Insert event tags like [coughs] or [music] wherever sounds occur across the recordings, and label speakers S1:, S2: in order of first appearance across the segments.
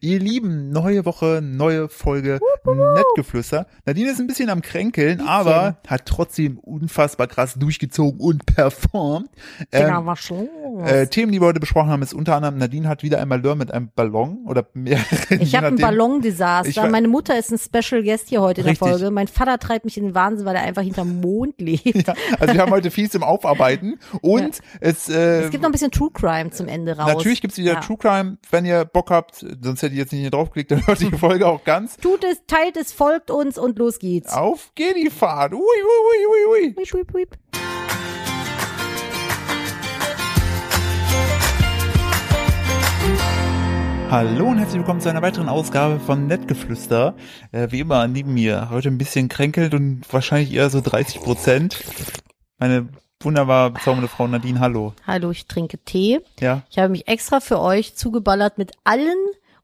S1: Ihr Lieben, neue Woche, neue Folge Nettgeflüster. Nadine ist ein bisschen am Kränkeln, aber hat trotzdem unfassbar krass durchgezogen und performt.
S2: Digga,
S1: Ähm,
S2: was Genau, los?
S1: äh, Themen, die wir heute besprochen haben, ist unter anderem, Nadine hat wieder einmal Lör mit einem Ballon oder [laughs] mehreren.
S2: ich
S1: je
S2: habe ein
S1: nachdem. Ich
S2: Ballondesaster.
S1: wei-
S2: Meine Mutter ist ein Special Guest hier heute in der
S1: Richtig.
S2: Folge. Mein Vater treibt mich in den Wahnsinn, weil er einfach hinterm Mond lebt.
S1: [laughs] Ja, also wir haben heute viel zum Aufarbeiten
S2: [laughs]
S1: und es, äh,
S2: Es gibt noch ein bisschen True Crime zum Ende raus.
S1: natürlich gibt's wieder
S2: Ja.
S1: True Crime, wenn ihr Bock habt, sonst hätte ich jetzt nicht hier draufgeklickt, dann
S2: [laughs]
S1: hört die Folge auch ganz.
S2: Tut es, teilt es, folgt uns und los geht's.
S1: Auf geht die Fahrt. Ui, ui, ui, ui, ui.
S2: Wiep, wiep, wiep.
S1: Hallo und herzlich willkommen zu einer weiteren Ausgabe von Nettgeflüster. Äh, wie immer neben mir, heute ein bisschen kränkelt und wahrscheinlich eher so 30 Prozent. Meine wunderbar bezaubernde Frau Nadine, hallo.
S2: Hallo, ich trinke Tee.
S1: Ja,
S2: Ich habe mich extra für euch zugeballert mit allen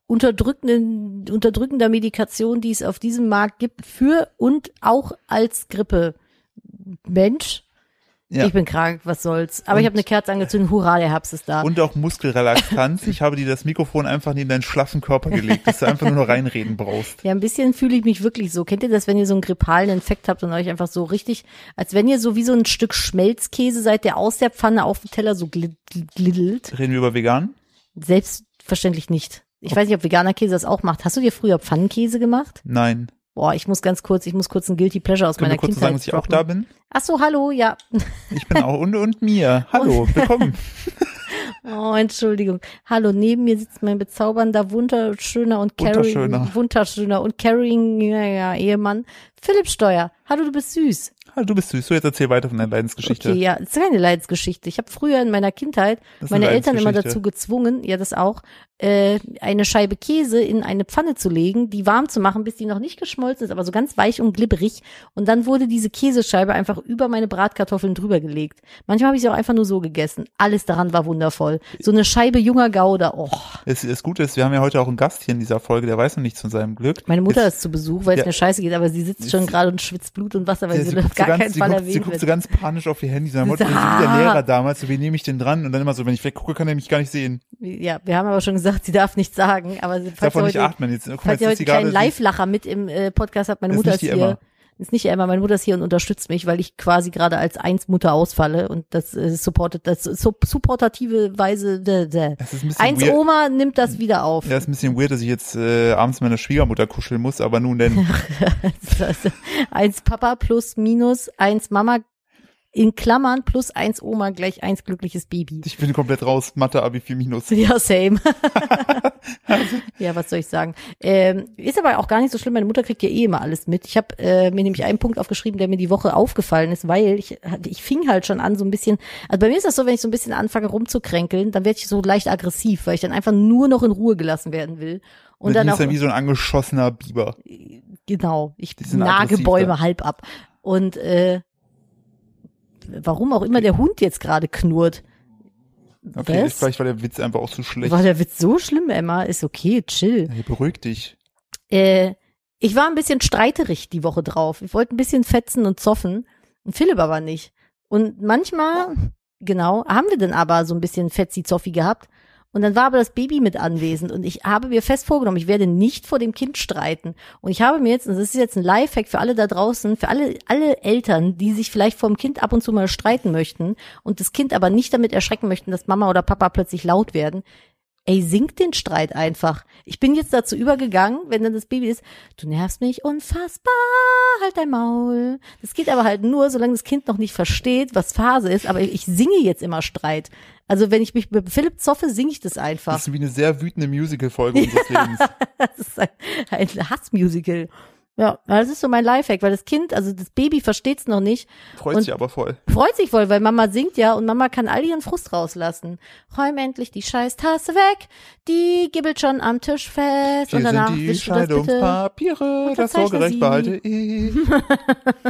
S2: unterdrückenden, unterdrückender Medikation, die es auf diesem Markt gibt, für und auch als Grippe. Mensch,
S1: ja.
S2: ich bin krank, was soll's. Aber ich
S1: Und-
S2: habe eine Kerze angezündet, hurra, der Herbst ist da.
S1: Und auch Muskelrelaxanz. Ich habe dir das Mikrofon einfach neben deinen schlaffen Körper gelegt, dass du einfach nur noch reinreden brauchst.
S2: ja, ein bisschen fühle ich mich wirklich so. Kennt ihr das, wenn ihr so einen grippalen Infekt habt und euch einfach so richtig, als wenn ihr so wie so ein Stück Schmelzkäse seid, der aus der Pfanne auf den Teller so glid- gliddelt?
S1: Reden wir über vegan?
S2: Selbstverständlich nicht. Ich weiß nicht, ob veganer Käse das auch macht. Hast du dir früher Pfannenkäse gemacht?
S1: Nein.
S2: Boah, ich muss ganz kurz, ich muss kurz ein Guilty Pleasure aus
S1: Können wir
S2: meiner
S1: kurz
S2: Kindheit
S1: sagen, dass ich auch da
S2: droppen.
S1: bin?
S2: Ach so, hallo, ja.
S1: Ich bin auch und, und mir. Hallo, willkommen.
S2: Oh, Entschuldigung. Hallo, neben mir sitzt mein bezaubernder, wunderschöner und carrying,
S1: Wunderschöner.
S2: wunderschöner und carrying ja, ja, Ehemann Philipp Steuer. Hallo, du bist süß.
S1: Ah, du bist süß. So, jetzt erzähl weiter von deiner Leidensgeschichte.
S2: Okay, ja, ist keine Leidensgeschichte. Ich habe früher in meiner Kindheit
S1: Das ist eine
S2: meine Eltern immer
S1: Leidensgeschichte.
S2: dazu gezwungen, ja das auch, äh, eine Scheibe Käse in eine Pfanne zu legen, die warm zu machen, bis die noch nicht geschmolzen ist, aber so ganz weich und glibberig. Und dann wurde diese Käsescheibe einfach über meine Bratkartoffeln drüber gelegt. Manchmal habe ich sie auch einfach nur so gegessen. Alles daran war wundervoll. So eine Scheibe junger Gouda. Oh,
S1: Es, das Gute ist, wir haben ja heute auch einen Gast hier in dieser Folge, der weiß noch nichts von seinem Glück.
S2: meine Mutter
S1: Jetzt-
S2: ist zu Besuch, weil es
S1: Ja.
S2: mir scheiße geht, aber sie sitzt schon
S1: Jetzt-
S2: gerade und schwitzt Blut und Wasser, weil
S1: Ja,
S2: sie,
S1: sie,
S2: Also auf
S1: guckt so
S2: gar
S1: ganz,
S2: keinen
S1: sie,
S2: Fall
S1: guckt, sie
S2: erwähnt
S1: guckt
S2: wird.
S1: so ganz panisch auf ihr Handy. Sie
S2: Sie
S1: Mutter,
S2: so,
S1: wie der
S2: ah.
S1: Lehrer damals, so, wie nehme ich den dran? Und dann immer so, wenn ich weggucke, kann er mich gar nicht sehen.
S2: Ja, wir haben aber schon gesagt, sie darf nichts sagen, aber sie
S1: Ich darf
S2: falls
S1: auch
S2: ihr
S1: nicht
S2: heute,
S1: atmen. Jetzt, guck mal,
S2: falls ihr
S1: jetzt ist
S2: heute
S1: sie
S2: einen kleinen
S1: gerade.
S2: Live-Lacher mit im äh, Podcast habt, meine
S1: Ist
S2: Mutter
S1: nicht
S2: ist
S1: die
S2: hier.
S1: Emma.
S2: Ist nicht Emma, meine Mutter ist hier und unterstützt mich, weil ich quasi gerade als eins Mutter ausfalle und das äh, supportet, das so supportative Weise. Dä, dä.
S1: Das ist ein bisschen
S2: Eins
S1: weird.
S2: Oma nimmt das wieder auf.
S1: Ja, ist ein bisschen weird, dass ich jetzt äh, abends meine Schwiegermutter kuscheln muss, aber nun
S2: [laughs]
S1: denn.
S2: Das heißt, [laughs] eins Papa plus minus eins Mama in Klammern plus eins Oma gleich eins glückliches Baby.
S1: Ich bin komplett raus. Mathe, Abi, 4 Minus. [laughs]
S2: Ja, same. ja, was soll ich sagen? Ähm, ist aber auch gar nicht so schlimm. Meine Mutter kriegt ja eh immer alles mit. Ich habe äh, mir nämlich einen Punkt aufgeschrieben, der mir die Woche aufgefallen ist, weil ich, ich fing halt schon an so ein bisschen. Also bei mir ist das so, wenn ich so ein bisschen anfange rumzukränkeln, dann werde ich so leicht aggressiv, weil ich dann einfach nur noch in Ruhe gelassen werden will. Und dann
S1: Nadine
S2: auch
S1: ist dann wie so ein angeschossener Biber.
S2: genau, ich
S1: sind
S2: nage
S1: aggressiv,
S2: Bäume
S1: ja.
S2: halb ab. Und äh, warum auch immer der Hund jetzt gerade knurrt.
S1: Okay,
S2: Was?
S1: vielleicht war der Witz einfach auch zu schlecht.
S2: War der Witz so schlimm, Emma? Ist okay, chill.
S1: Hey, beruhig dich.
S2: äh, ich war ein bisschen streiterig die Woche drauf. Ich wollte ein bisschen fetzen und zoffen. Und Philipp aber nicht. Und manchmal, genau, haben wir denn aber so ein bisschen fetzi-zoffi gehabt. Und dann war aber das Baby mit anwesend und ich habe mir fest vorgenommen, ich werde nicht vor dem Kind streiten. Und ich habe mir jetzt, und das ist jetzt ein Lifehack für alle da draußen, für alle, alle Eltern, die sich vielleicht vom Kind ab und zu mal streiten möchten und das Kind aber nicht damit erschrecken möchten, dass Mama oder Papa plötzlich laut werden. Ey, singt den Streit einfach. Ich bin jetzt dazu übergegangen, wenn dann das Baby ist, du nervst mich unfassbar, halt dein Maul. Das geht aber halt nur, solange das Kind noch nicht versteht, was Phase ist, aber ich singe jetzt immer Streit. Also wenn ich mich mit Philipp zoffe, singe ich
S1: [laughs]
S2: das einfach.
S1: Das ist wie eine sehr wütende
S2: [laughs]
S1: Musical-Folge unseres Lebens.
S2: Das ist ein, ein Hassmusical. Ja, das ist so mein Lifehack, weil das Kind, also das Baby versteht's noch nicht,
S1: Freut
S2: Und-
S1: sich aber voll.
S2: freut sich voll, weil Mama singt ja und Mama kann all ihren Frust rauslassen. Räum endlich die scheiß Tasse weg, die gibbelt schon am Tisch fest
S1: Hier
S2: und danach
S1: sind die
S2: wischst du das bitte.
S1: Scheidungspapiere, das
S2: Unterzeichne
S1: Sorgerecht
S2: sie.
S1: behalte ich.
S2: [laughs]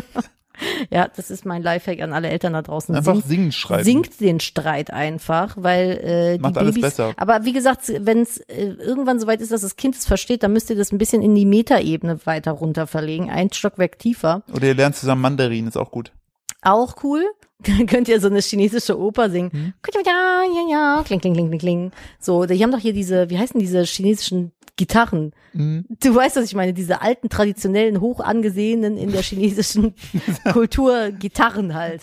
S2: Ja, das ist mein Lifehack an alle Eltern da draußen.
S1: Einfach
S2: Singt-
S1: singen schreiben.
S2: Singt den Streit einfach, weil äh, die
S1: Macht alles
S2: Babys.
S1: besser.
S2: Aber wie gesagt, wenn es äh, irgendwann soweit ist, dass das Kind es versteht, dann müsst ihr das ein bisschen in die Metaebene weiter runter verlegen, ein Stockwerk tiefer.
S1: [laughs] Oder ihr lernt zusammen Mandarin, ist auch gut.
S2: Auch cool. [laughs] Dann könnt ihr so eine chinesische Oper singen.
S1: Hm?
S2: Ja, ja, ja, kling, kling, kling, kling, kling. So, die haben doch hier diese, wie heißen diese chinesischen Gitarren?
S1: Mhm.
S2: Du weißt, was ich meine, diese alten, traditionellen, hoch angesehenen in
S1: [laughs]
S2: der chinesischen Kultur Gitarren halt.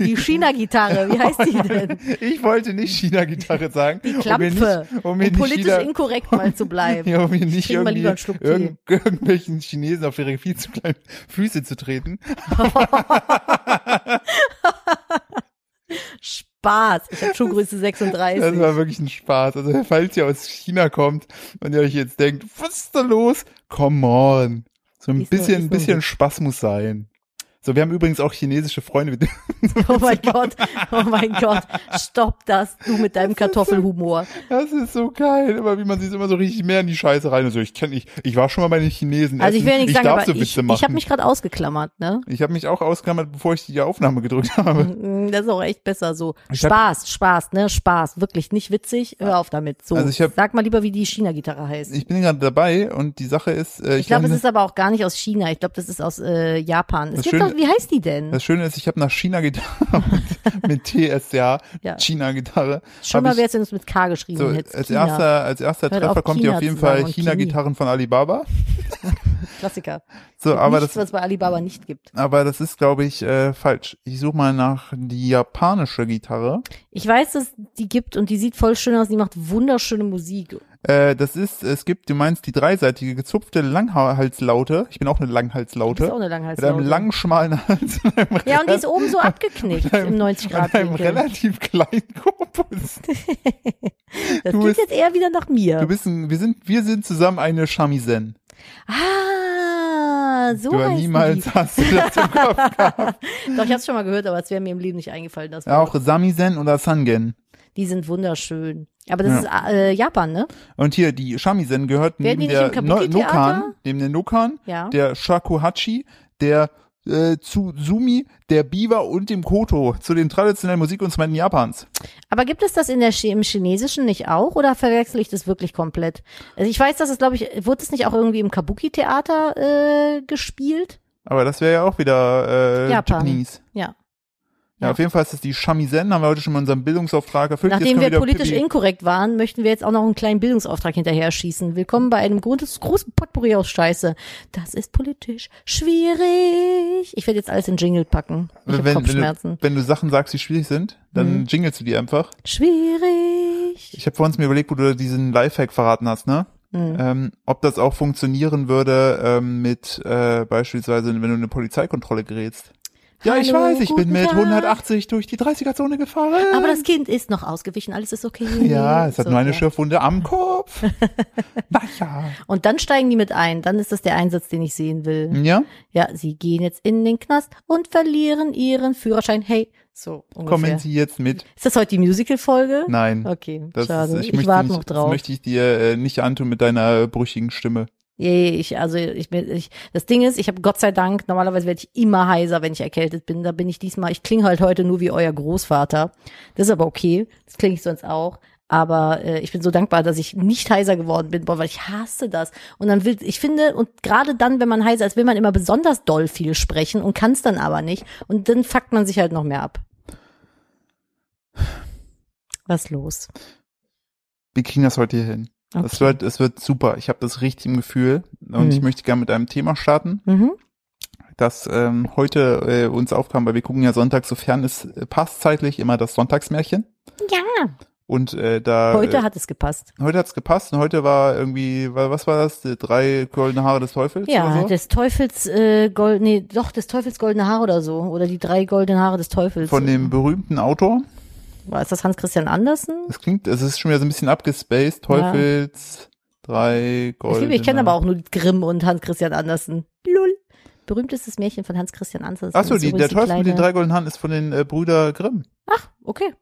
S2: Die China-Gitarre, wie
S1: [laughs]
S2: heißt die denn?
S1: Ich wollte nicht China-Gitarre sagen. Die
S2: Klampfe,
S1: um mir
S2: Um
S1: nicht, um mir nicht
S2: politisch
S1: China,
S2: inkorrekt mal
S1: [laughs]
S2: zu bleiben.
S1: ja, um mir nicht
S2: trinke
S1: irgendwie
S2: mal lieber einen Schluck Tee.
S1: irgend, irgendwelchen Chinesen auf ihre viel zu kleinen Füße zu treten.
S2: Spaß. Ich habe Schuhgröße 36.
S1: Das war wirklich ein Spaß. Also falls ihr aus China kommt und ihr euch jetzt denkt, was ist da los? Come on. So ein
S2: Ist nur-
S1: bisschen,
S2: ist
S1: ein
S2: nur ein
S1: bisschen
S2: Witz.
S1: Spaß muss sein. So, wir haben übrigens auch chinesische Freunde. Mit
S2: Oh mein Gott, oh mein Gott, stopp das, du mit deinem Kartoffelhumor.
S1: Das ist so geil, aber wie man sieht, immer so richtig mehr in die Scheiße rein. Also ich kenne ich, ich war schon mal bei den Chinesen.
S2: Also ich will ja
S1: essen.
S2: nicht sagen,
S1: Ne? darf
S2: aber
S1: so
S2: ich,
S1: Witze
S2: ich
S1: machen.
S2: habe mich gerade ausgeklammert,
S1: [laughs]
S2: ne?
S1: ich habe mich auch ausgeklammert, bevor ich die Aufnahme gedrückt [laughs] habe.
S2: Mm, Das ist auch echt besser so.
S1: Ich hab-
S2: Spaß, Spaß, ne? Spaß, wirklich nicht witzig. Hör auf damit. So,
S1: Also ich hab-
S2: sag mal lieber, wie die China-Gitarre heißt. Ich,
S1: Ich bin gerade dabei und die Sache ist, äh, ich,
S2: glaube,
S1: lerne-
S2: es ist aber auch gar nicht aus China. Ich glaube, das ist aus äh, Japan. Es
S1: Das
S2: gibt
S1: Schöne-
S2: doch, wie heißt die denn?
S1: das Schöne ist, ich habe nach China Gitarre [laughs] mit, mit TSA,
S2: Ja.
S1: China-Gitarre.
S2: Schon
S1: hab
S2: mal
S1: ich-
S2: wäre es, wenn du es mit K geschrieben
S1: So,
S2: hättest.
S1: als
S2: China.
S1: erster, als erster
S2: Hört
S1: Treffer
S2: auf,
S1: kommt
S2: China
S1: hier auf jeden
S2: zu sagen
S1: Fall
S2: und
S1: China-Gitarren von Alibaba.
S2: Klassiker.
S1: So, aber
S2: Nichts,
S1: das,
S2: was bei Alibaba nicht gibt.
S1: aber das ist, glaube ich, äh, falsch. Ich suche mal nach die japanische Gitarre.
S2: Ich weiß, dass die gibt und die sieht voll schön aus. Die macht wunderschöne Musik.
S1: Äh, das ist, es gibt, du meinst die dreiseitige gezupfte Langhalslaute. Ich bin auch eine
S2: Das ist
S1: Langhalslaute.
S2: auch eine
S1: mit einem
S2: Langhalslaute.
S1: langen, schmalen Hals und
S2: [laughs]
S1: einem,
S2: Ja, und die ist oben
S1: [laughs]
S2: so abgeknickt
S1: einem-
S2: im 90
S1: und
S2: Grad
S1: einem
S2: Winkel.
S1: relativ kleinen
S2: [laughs]
S1: Korpus.
S2: Das
S1: du
S2: klingt
S1: bist-
S2: jetzt eher wieder nach
S1: Du
S2: mir.
S1: bist ein, wir sind, wir sind zusammen eine Shamisen.
S2: Ah, so
S1: du
S2: heißt
S1: niemals
S2: die.
S1: hast du
S2: [laughs]
S1: das im Kopf.
S2: Doch, ich hab's schon mal gehört, aber es wäre mir im Leben nicht eingefallen. Das
S1: Auch
S2: Wort.
S1: Samisen oder Sangen.
S2: Die sind wunderschön. Aber das ist äh, Japan, ne?
S1: Und hier, die Shamisen gehört neben
S2: Werden die
S1: der
S2: nicht im Kabuki-Theater?
S1: Nokan, neben der Nokan,
S2: Ja.
S1: der Shakuhachi, der äh, Tsuzumi, der Biwa und dem Koto zu den traditionellen Musikinstrumenten Japans.
S2: Aber gibt es das in der Chi- im Chinesischen nicht auch oder verwechsel ich das wirklich komplett? Also ich weiß, dass es, glaube ich, wurde es nicht auch irgendwie im Kabuki-Theater äh, gespielt?
S1: Aber das wäre ja auch wieder äh,
S2: Japan.
S1: Japanese.
S2: Ja.
S1: Ja,
S2: Ja.
S1: auf jeden Fall ist das die Shamisen, haben wir heute schon mal unseren Bildungsauftrag erfüllt. Jetzt
S2: Nachdem
S1: können
S2: wir
S1: wieder
S2: politisch
S1: Pipi-
S2: inkorrekt waren, möchten wir jetzt auch noch einen kleinen Bildungsauftrag hinterher schießen. Willkommen bei einem großes, großen Potpourri aus Scheiße. Das ist politisch schwierig. Ich werde jetzt alles in Jingle packen. Ich hab
S1: wenn, wenn,
S2: Kopfschmerzen.
S1: du, wenn du Sachen sagst, die schwierig sind,
S2: Mhm.
S1: dann jingelst du die einfach.
S2: schwierig.
S1: Ich habe vorhin mir überlegt, wo du diesen Lifehack verraten hast, ne?
S2: Mhm.
S1: Ähm, ob das auch funktionieren würde ähm, mit äh, beispielsweise, wenn du in eine Polizeikontrolle gerätst. Ja, ich
S2: Hallo,
S1: weiß, ich bin
S2: guten
S1: mit
S2: Tag.
S1: 180 durch die 30er-Zone gefahren.
S2: Aber das Kind ist noch ausgewichen, alles ist okay.
S1: ja, es hat
S2: So,
S1: nur eine
S2: ja.
S1: Schürfwunde am
S2: [laughs]
S1: Kopf. naja.
S2: Und dann steigen die mit ein. Dann ist das der Einsatz, den ich sehen will.
S1: Ja,
S2: Ja, sie gehen jetzt in den Knast und verlieren ihren Führerschein. Hey, so ungefähr.
S1: kommen Sie jetzt mit.
S2: Ist das heute die Musical-Folge? [laughs]
S1: Nein.
S2: Okay,
S1: Das
S2: schade.
S1: Ist, ich
S2: ich
S1: möchte
S2: warte
S1: nicht,
S2: noch drauf.
S1: Das möchte ich dir äh, nicht antun mit deiner brüchigen Stimme.
S2: Nee, ich, also ich bin, ich, das Ding ist, ich habe Gott sei Dank, normalerweise werde ich immer heiser, wenn ich erkältet bin. Da bin ich diesmal, ich klinge halt heute nur wie euer Großvater. Das ist aber okay, das klinge ich sonst auch. Aber äh, ich bin so dankbar, dass ich nicht heiser geworden bin, boah, weil ich hasse das. Und dann will, ich finde, und gerade dann, wenn man heiser ist, will man immer besonders doll viel sprechen und kann es dann aber nicht. Und dann fuckt man sich halt noch mehr ab. Was los?
S1: Wir kriegen das heute hier hin. Es
S2: Okay.
S1: wird, es wird super. Ich habe das richtig im Gefühl. Und
S2: Mhm.
S1: ich möchte gerne mit einem Thema starten,
S2: Mhm.
S1: das ähm, heute äh, uns aufkam, weil wir gucken ja sonntags, sofern es äh, passt zeitlich, immer das Sonntagsmärchen.
S2: Ja.
S1: Und äh, da
S2: Heute
S1: äh,
S2: hat es gepasst.
S1: heute hat's gepasst und heute war irgendwie, wa- was war das? Die drei goldene Haare des Teufels
S2: Ja,
S1: oder so?
S2: des Teufels äh, gold, nee, doch des Teufels goldene Haare oder so oder die drei goldenen Haare des Teufels.
S1: Von dem berühmten Autor.
S2: war ist das Hans Christian Andersen?
S1: Das klingt, es ist schon wieder so ein bisschen abgespaced. Teufels, drei
S2: Ich,
S1: goldene.
S2: liebe, ich kenne aber auch nur Grimm und Hans Christian Andersen. Lul. Berühmtestes Märchen von Hans Christian Andersen.
S1: Achso,
S2: ist
S1: die,
S2: übrigens
S1: der Teufel mit den
S2: kleine-
S1: drei goldenen Haaren ist von den äh, Brüder Grimm.
S2: Okay,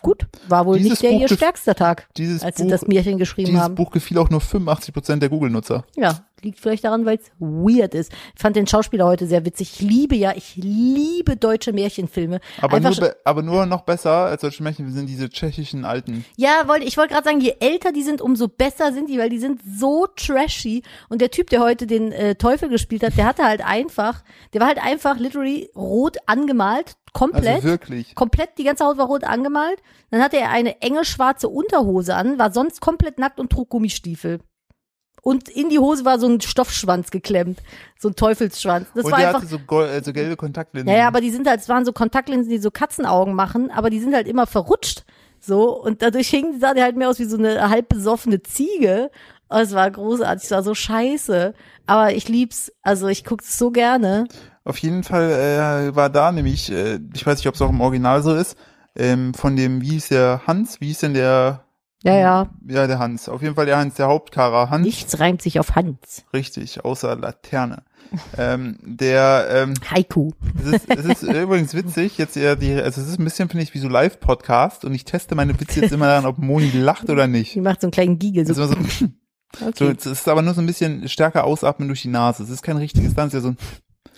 S2: gut, war wohl
S1: Dieses
S2: nicht der
S1: Buch
S2: ihr
S1: gef-
S2: stärkster Tag,
S1: Dieses,
S2: als sie
S1: Buch,
S2: das Märchen geschrieben
S1: dieses
S2: haben.
S1: Buch gefiel auch nur 85% der Google-Nutzer.
S2: Ja, liegt vielleicht daran, weil es weird ist. Ich fand den Schauspieler heute sehr witzig. Ich liebe ja, ich liebe deutsche Märchenfilme.
S1: Aber
S2: Einfach
S1: nur,
S2: schon-
S1: be- aber nur noch besser als solche Märchen sind diese tschechischen alten.
S2: Ja, wollte ich wollte gerade sagen, je älter die sind, umso besser sind die, weil die sind so trashy. Und der Typ, der heute den äh, Teufel gespielt hat, der hatte halt einfach, der war halt einfach literally rot angemalt, komplett.
S1: Also wirklich.
S2: komplett die ganze Haut war rot angemalt. Dann hatte er eine enge schwarze Unterhose an, war sonst komplett nackt und trug Gummistiefel. Und in die Hose war so ein Stoffschwanz geklemmt, so ein Teufelsschwanz. Das
S1: und
S2: war
S1: der
S2: einfach.
S1: hatte so, gol- äh, so gelbe Kontaktlinsen.
S2: Ja, ja, aber die sind halt, es waren so Kontaktlinsen, die so Katzenaugen machen, aber die sind halt immer verrutscht. So, und dadurch hing, sah der halt mehr aus wie so eine halb besoffene Ziege. Oh, es war großartig, es war so scheiße. Aber ich lieb's, also ich guck's so gerne.
S1: Auf jeden Fall äh, war da nämlich, äh, ich weiß nicht, ob es auch im Original so ist, ähm, von dem, wie hieß der Hans, wie hieß denn der,
S2: Ja, ja.
S1: ja, der Hans, auf jeden Fall der Hans, der Hauptcharakter Hans,
S2: Nichts reimt sich auf Hans.
S1: richtig, außer Laterne. ähm, der, ähm,
S2: Haiku.
S1: es ist, es ist äh, übrigens witzig, jetzt eher die, also es ist ein bisschen, finde ich, wie so Live-Podcast und ich teste meine Witze jetzt immer daran, ob Moni lacht oder nicht.
S2: [laughs] Die macht so einen kleinen Giegel. So,
S1: Also so, so,
S2: okay.
S1: es ist aber nur so ein bisschen stärker ausatmen durch die Nase. Es ist kein richtiges Tanz, ja, so ein,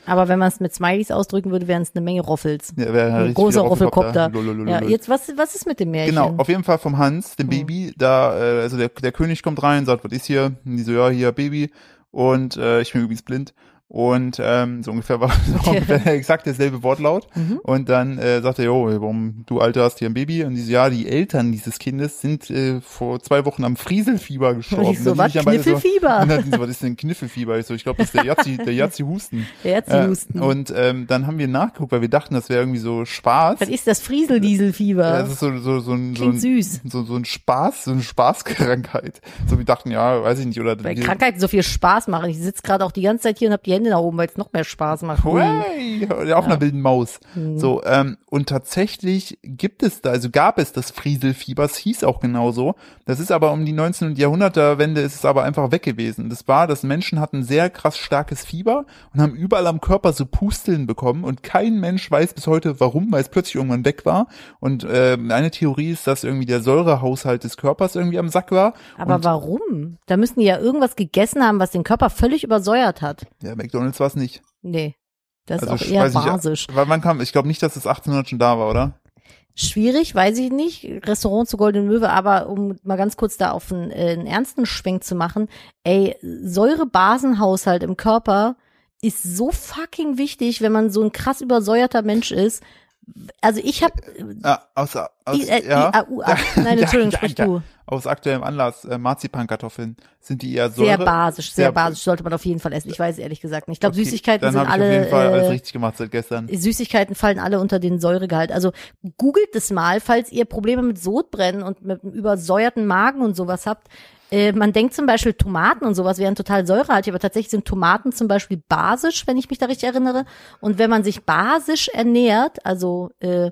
S2: Aber wenn man es mit Smileys ausdrücken würde, wären es eine Menge Roffels.
S1: ja, wäre
S2: Ein
S1: richtig
S2: großer
S1: wieder
S2: Roffelkopter.
S1: Lololololol.
S2: Ja, jetzt, was, was ist mit dem Märchen?
S1: Genau, auf jeden Fall vom Hans,
S2: Oh.
S1: dem Baby, da, äh, also der, der König kommt rein, sagt, was ist hier? Und die so, ja, hier, Baby. Und äh, ich bin übrigens blind. Und ähm, so ungefähr war so ungefähr exakt derselbe Wortlaut.
S2: Mhm.
S1: Und dann äh, sagt er, jo, warum du Alter hast hier ein Baby? Und die so, ja, die Eltern dieses Kindes sind äh, vor zwei Wochen am
S2: [laughs]
S1: Frieselfieber gestorben.
S2: ich so,
S1: Dann
S2: was?
S1: sind die dann beide
S2: Kniffelfieber?
S1: So, [laughs] und dann sind sie so, was ist denn Kniffelfieber? Ich so, ich glaube, das ist der Jazzi,
S2: [laughs]
S1: der Jazzi-Husten.
S2: Der Erzhusten.
S1: Äh, und ähm, dann haben wir nachgeguckt, weil wir dachten, das wäre irgendwie so Spaß.
S2: was ist das Frieseldieselfieber?
S1: Ja, Das ist so, so, so ein, so
S2: Klingt
S1: ein
S2: süß.
S1: so, so ein Spaß, so eine Spaßkrankheit. So wir dachten, ja, weiß ich nicht, oder
S2: Weil
S1: wir-
S2: Krankheiten so viel Spaß machen. Ich sitze gerade auch die ganze Zeit hier und habe die Hände nach oben, weil es noch mehr Spaß macht. Ui.
S1: Hui, oder auf einer wilden Maus. So, ähm, und tatsächlich gibt es da, also gab es das Frieselfieber, es hieß auch genauso. Das ist aber um die 19. und Jahrhundertwende ist es aber einfach weg gewesen. Das war, dass Menschen hatten sehr krass starkes Fieber und haben überall am Körper so Pusteln bekommen und kein Mensch weiß bis heute warum, weil es plötzlich irgendwann weg war. Und äh, eine Theorie ist, dass irgendwie der Säurehaushalt des Körpers irgendwie am Sack war.
S2: Aber
S1: und,
S2: warum? Da müssen die ja irgendwas gegessen haben, was den Körper völlig übersäuert hat.
S1: ja, McDonalds war es nicht.
S2: Nee. Das ist
S1: Also,
S2: auch
S1: ich
S2: eher
S1: weiß nicht,
S2: basisch.
S1: Weil man kam, ich glaube nicht, dass es 1800 schon da war, oder?
S2: Schwierig, weiß ich nicht. Restaurant zu Golden Möwe, aber um mal ganz kurz da auf einen, äh, einen ernsten Schwenk zu machen, ey, Säurebasenhaushalt im Körper ist so fucking wichtig, wenn man so ein krass übersäuerter Mensch ist. Also ich habe
S1: Ah, aus, aus,
S2: I, äh,
S1: ja,
S2: IAU
S1: [laughs]
S2: Nein,
S1: Ja,
S2: Entschuldigung,
S1: ja,
S2: sprich
S1: ja.
S2: du.
S1: aus aktuellem Anlass, äh, Marzipankartoffeln, sind die eher Säure?
S2: Sehr basisch, sehr,
S1: Sehr-
S2: basisch sollte man auf jeden Fall essen. Ich weiß alles ehrlich gesagt nicht. Ich glaube,
S1: Okay,
S2: Süßigkeiten
S1: dann
S2: sind
S1: hab ich auf
S2: alle
S1: jeden Fall alles
S2: äh,
S1: richtig gemacht seit gestern.
S2: Süßigkeiten fallen alle unter den Säuregehalt. Also googelt das mal, falls ihr Probleme mit Sodbrennen und mit einem übersäuerten Magen und sowas habt. Äh, Man denkt zum Beispiel, Tomaten und sowas wären total säurehaltig, aber tatsächlich sind Tomaten zum Beispiel basisch, wenn ich mich da richtig erinnere. Und wenn man sich basisch ernährt, also äh,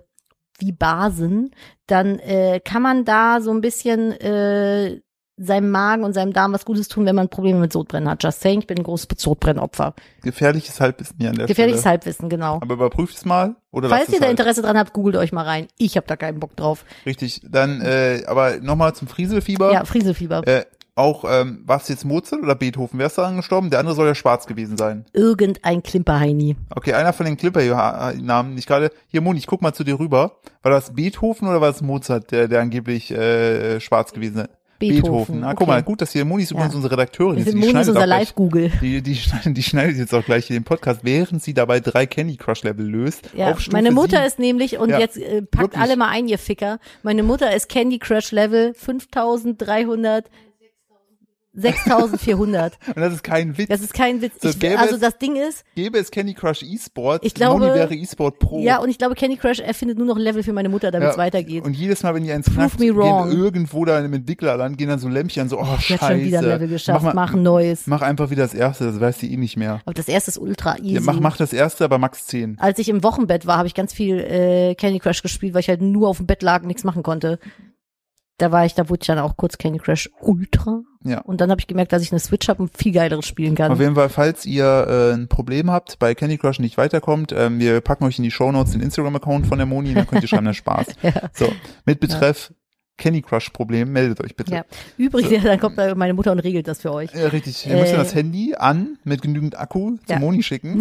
S2: wie Basen, dann äh, kann man da so ein bisschen äh, seinem Magen und seinem Darm was Gutes tun, wenn man Probleme mit Sodbrennen hat. Just saying, ich bin ein großes Sodbrennopfer.
S1: Gefährliches Halbwissen hier an der
S2: Gefährliches
S1: Stelle.
S2: Halbwissen, genau.
S1: Aber überprüft es mal oder
S2: Falls
S1: lasst
S2: ihr
S1: es
S2: da
S1: halt.
S2: Interesse dran habt, googelt euch mal rein. Ich habe da keinen Bock drauf.
S1: Richtig. Dann, äh, aber nochmal zum Frieselfieber.
S2: Ja, Frieselfieber.
S1: Äh, auch, ähm, was jetzt Mozart oder Beethoven? Wer ist daran gestorben? Der andere soll ja schwarz gewesen sein.
S2: Irgendein Klimperheini.
S1: Okay, einer von den Clipper-Namen, nicht gerade. Hier, Moni, ich guck mal zu dir rüber. War das Beethoven oder war das Mozart, der, der angeblich äh, schwarz gewesen ist?
S2: Beethoven,
S1: Ah,
S2: okay.
S1: guck mal, gut, dass hier Moni ist übrigens
S2: Ja.
S1: unsere Redakteurin.
S2: Das
S1: Jetzt,
S2: ist
S1: die
S2: Moni
S1: schneidet
S2: unser
S1: auch gleich-
S2: Live-Google.
S1: Die, die, schneiden, die schneidet jetzt auch gleich hier den Podcast, während sie dabei drei Candy Crush Level löst.
S2: Ja,
S1: auf Stufe
S2: meine Mutter
S1: sieben.
S2: ist nämlich, und
S1: Ja,
S2: jetzt äh, packt
S1: wirklich.
S2: alle mal ein, ihr Ficker. Meine Mutter ist Candy Crush Level 5300,
S1: [laughs]
S2: 6400.
S1: Und das ist kein Witz.
S2: Das ist kein Witz.
S1: So,
S2: Ich,
S1: gäbe
S2: also
S1: es-
S2: das Ding ist,
S1: Gäbe es Candy Crush E-Sport,
S2: Ich glaube-
S1: Moni wäre E-Sport Pro.
S2: ja, und ich glaube, Candy Crush erfindet nur noch ein Level für meine Mutter, damit es
S1: Oh. Ja,
S2: weitergeht.
S1: Und jedes Mal, wenn ihr eins knackt,
S2: me
S1: gehen
S2: wrong.
S1: irgendwo da im Entwicklerland, gehen dann so Lämpchen so, oh,
S2: Ich
S1: scheiße.
S2: habe schon wieder ein Level geschafft,
S1: mach,
S2: mach,
S1: mal,
S2: ein neues.
S1: mach einfach wieder das erste, das weiß sie eh nicht mehr.
S2: Aber das erste ist ultra easy.
S1: Ja, mach, mach das erste, aber max 10.
S2: Als ich im Wochenbett war, habe ich ganz viel äh, Candy Crush gespielt, weil ich halt nur auf dem Bett lag und nichts machen konnte. Da war ich, da wurde ich dann auch kurz Candy Crush Ultra.
S1: Ja.
S2: Und dann habe ich gemerkt, dass ich eine Switch habe und viel geileres spielen kann.
S1: Auf jeden Fall, falls ihr äh, ein Problem habt, bei Candy Crush nicht weiterkommt, ähm, wir packen euch in die Shownotes den Instagram-Account von der Moni, dann könnt ihr schreiben, das
S2: [laughs]
S1: Spaß. So, mit Betreff Candy Crush-Problem, meldet euch bitte.
S2: ja. Übrigens, [laughs] ja, dann kommt da meine Mutter und regelt das für euch.
S1: Ja, richtig. Ihr müsst dann
S2: Äh.
S1: das Handy an mit genügend Akku zu
S2: [laughs] Ja.
S1: Moni schicken.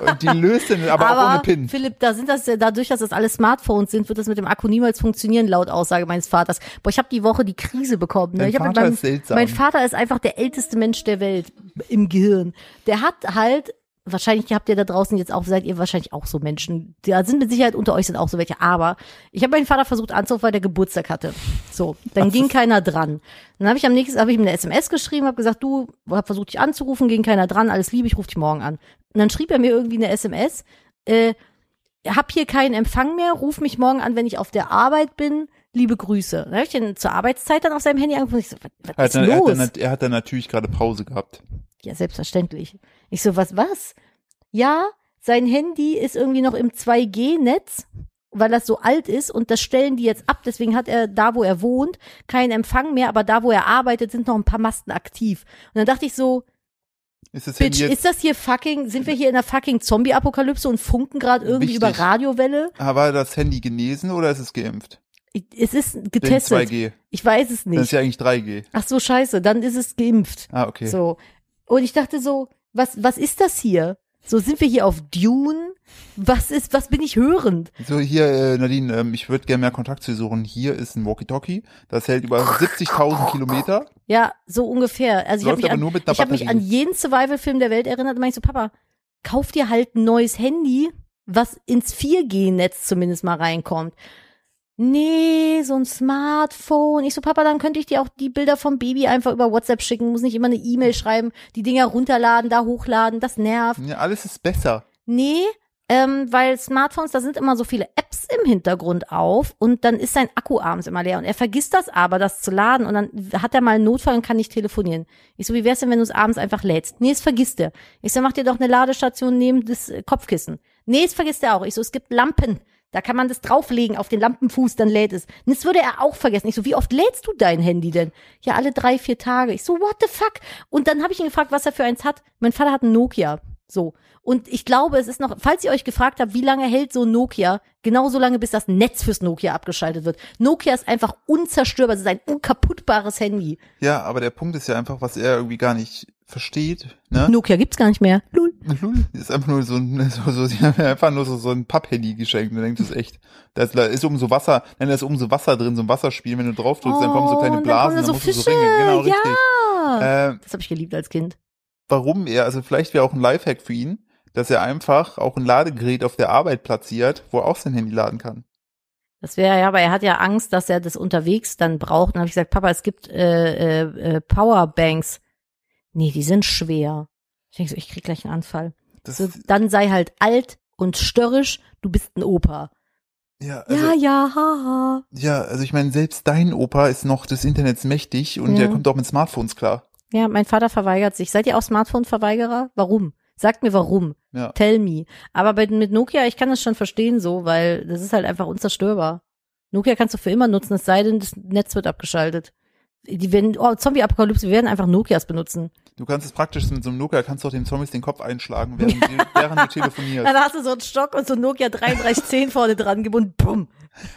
S1: Und die löst dann aber, auch ohne PIN.
S2: Philipp, da sind das dadurch, dass das alle Smartphones sind, wird das mit dem Akku niemals funktionieren, laut Aussage meines Vaters. Boah, ich habe die Woche die Krise bekommen. Ne?
S1: Dein
S2: ich hab mit
S1: Vater
S2: meinem,
S1: ist seltsam.
S2: Mein Vater ist einfach der älteste Mensch der Welt im Gehirn. Der hat halt wahrscheinlich habt ihr da draußen jetzt auch, seid ihr wahrscheinlich auch so Menschen. Da sind mit Sicherheit unter euch sind auch so welche. Aber ich habe meinen Vater versucht anzurufen, weil der Geburtstag hatte. So, dann ging keiner dran. Dann habe ich am nächsten, habe ich ihm eine SMS geschrieben, habe gesagt, du, hab versucht dich anzurufen, ging keiner dran, alles liebe, ich rufe dich morgen an. Und dann schrieb er mir irgendwie eine SMS, äh, hab hier keinen Empfang mehr, ruf mich morgen an, wenn ich auf der Arbeit bin. Liebe Grüße. Dann habe ich den zur Arbeitszeit dann auf seinem Handy angerufen. Ich so, was,
S1: Er hat,
S2: was
S1: dann,
S2: ist
S1: er, hat
S2: los?
S1: dann, er hat dann natürlich gerade Pause gehabt.
S2: Ja, selbstverständlich. Ich so, was, was? Ja, sein Handy ist irgendwie noch im 2G-Netz, weil das so alt ist und das stellen die jetzt ab. Deswegen hat er da, wo er wohnt, keinen Empfang mehr, aber da, wo er arbeitet, sind noch ein paar Masten aktiv. Und dann dachte ich so,
S1: Ist das
S2: Bitch,
S1: Handy jetzt,
S2: ist das hier fucking, sind wir hier in der fucking Zombie-Apokalypse und funken gerade irgendwie
S1: Wichtig.
S2: über Radiowelle?
S1: Ah, war das Handy genesen oder ist es geimpft?
S2: Ich- Es ist
S1: Wegen
S2: getestet.
S1: 2G.
S2: Ich weiß es
S1: Das ist
S2: nicht.
S1: ja eigentlich 3G.
S2: Ach so, scheiße, dann ist es geimpft.
S1: Ah, okay.
S2: So. Und ich dachte so, was, was ist das hier? So, sind wir hier auf Dune? Was ist, was bin ich hörend?
S1: So, hier, äh, Nadine, ähm, ich würde gerne mehr Kontakt zu dir suchen. Hier ist ein Walkie-Talkie. Das hält über 70.000 Kilometer.
S2: Ja, so ungefähr. Also ich habe
S1: Läuft
S2: mich,
S1: aber
S2: an,
S1: nur mit einer
S2: ich hab mich an
S1: Batterie.
S2: jeden Survival-Film der Welt erinnert und meinte ich so, Papa, kauf dir halt ein neues Handy, was ins 4G-Netz zumindest mal reinkommt. Nee, so ein Smartphone. Ich so, Papa, dann könnte ich dir auch die Bilder vom Baby einfach über WhatsApp schicken, muss nicht immer eine E-Mail schreiben, die Dinger runterladen, da hochladen, das nervt.
S1: Ja, alles ist besser.
S2: Nee, ähm, weil Smartphones, da sind immer so viele Apps im Hintergrund auf und dann ist sein Akku abends immer leer und er vergisst das aber, das zu laden und dann hat er mal einen Notfall und kann nicht telefonieren. Ich so, wie wär's denn, wenn du es abends einfach lädst? Nee, es vergisst er. Ich so, mach dir doch eine Ladestation neben das äh, Kopfkissen. Nee, es vergisst er auch. Ich so, es gibt Lampen. Da kann man das drauflegen auf den Lampenfuß, dann lädt es. Und das würde er auch vergessen. Ich so, wie oft lädst du dein Handy denn? Ja, alle drei, vier Tage. Ich so, what the fuck? Und dann habe ich ihn gefragt, was er für eins hat. Mein Vater hat ein Nokia. So. Und ich glaube, es ist noch, falls ihr euch gefragt habt, wie lange hält so ein Nokia, genau so lange, bis das Netz fürs Nokia abgeschaltet wird. Nokia ist einfach unzerstörbar, es ist ein unkaputtbares Handy.
S1: Ja, aber der Punkt ist ja einfach, was er irgendwie gar nicht versteht,
S2: [laughs]
S1: ne?
S2: Nokia gibt's gar nicht mehr. Lul.
S1: Lul. Ist einfach nur so ein, [laughs] so, so, die haben mir einfach nur so, so ein Papphandy geschenkt. Und dann denkst du, ist echt. Da ist, da ist oben so Wasser, nein, da ist oben so Wasser drin, so ein Wasserspiel. Wenn du drauf drückst, dann kommen so
S2: Oh,
S1: kleine
S2: und dann kommen
S1: Blasen,
S2: da
S1: dann,
S2: so
S1: musst du so
S2: Fische.
S1: ringen. Genau,
S2: Ja.
S1: richtig. Ähm,
S2: Ah. Das habe ich geliebt als Kind.
S1: warum er, also vielleicht wäre auch ein Lifehack für ihn, dass er einfach auch ein Ladegerät auf der Arbeit platziert, wo er auch sein Handy laden kann.
S2: Das wäre ja, aber er hat ja Angst, dass er das unterwegs dann braucht. Und dann habe ich gesagt, Papa, es gibt äh, äh, äh, Powerbanks. Nee, die sind schwer. Ich denke so, ich krieg gleich einen Anfall.
S1: Das,
S2: So, dann sei halt alt und störrisch, du bist ein Opa.
S1: ja, also,
S2: ja,
S1: ja.
S2: ja, haha.
S1: also ich meine, selbst dein Opa ist noch des Internets mächtig und
S2: Ja.
S1: der kommt auch mit Smartphones klar.
S2: Ja, mein Vater verweigert sich. Seid ihr auch Smartphone-Verweigerer? Warum? Sagt mir warum.
S1: Ja.
S2: Tell me. Aber bei, mit Nokia, ich kann das schon verstehen so, weil das ist halt einfach unzerstörbar. Nokia kannst du für immer nutzen, es sei denn, das Netz wird abgeschaltet. Die werden, oh, Zombie-Apokalypse, wir werden einfach Nokias benutzen.
S1: Du kannst es praktisch mit so einem Nuka, kannst du auch den Zombies den Kopf einschlagen, während,
S2: [laughs]
S1: du- während du telefonierst.
S2: Dann hast du so einen Stock und so ein Nokia 3310 vorne dran gebunden. Bumm.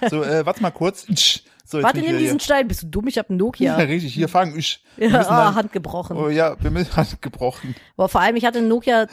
S1: So, äh, warte mal kurz. Tsch. So, jetzt
S2: Warte,
S1: bin ich
S2: nimm
S1: wieder
S2: diesen Stein. Bist du dumm? Ich hab ein
S1: hier. Ja, [laughs]
S2: Nokia.
S1: richtig, hier fangen. Ich. Wir
S2: Ja,
S1: müssen
S2: ah,
S1: dann-
S2: Hand gebrochen.
S1: oh, ja, wir müssen [laughs] Hand gebrochen.
S2: Boah, vor allem, ich hatte ein Nokia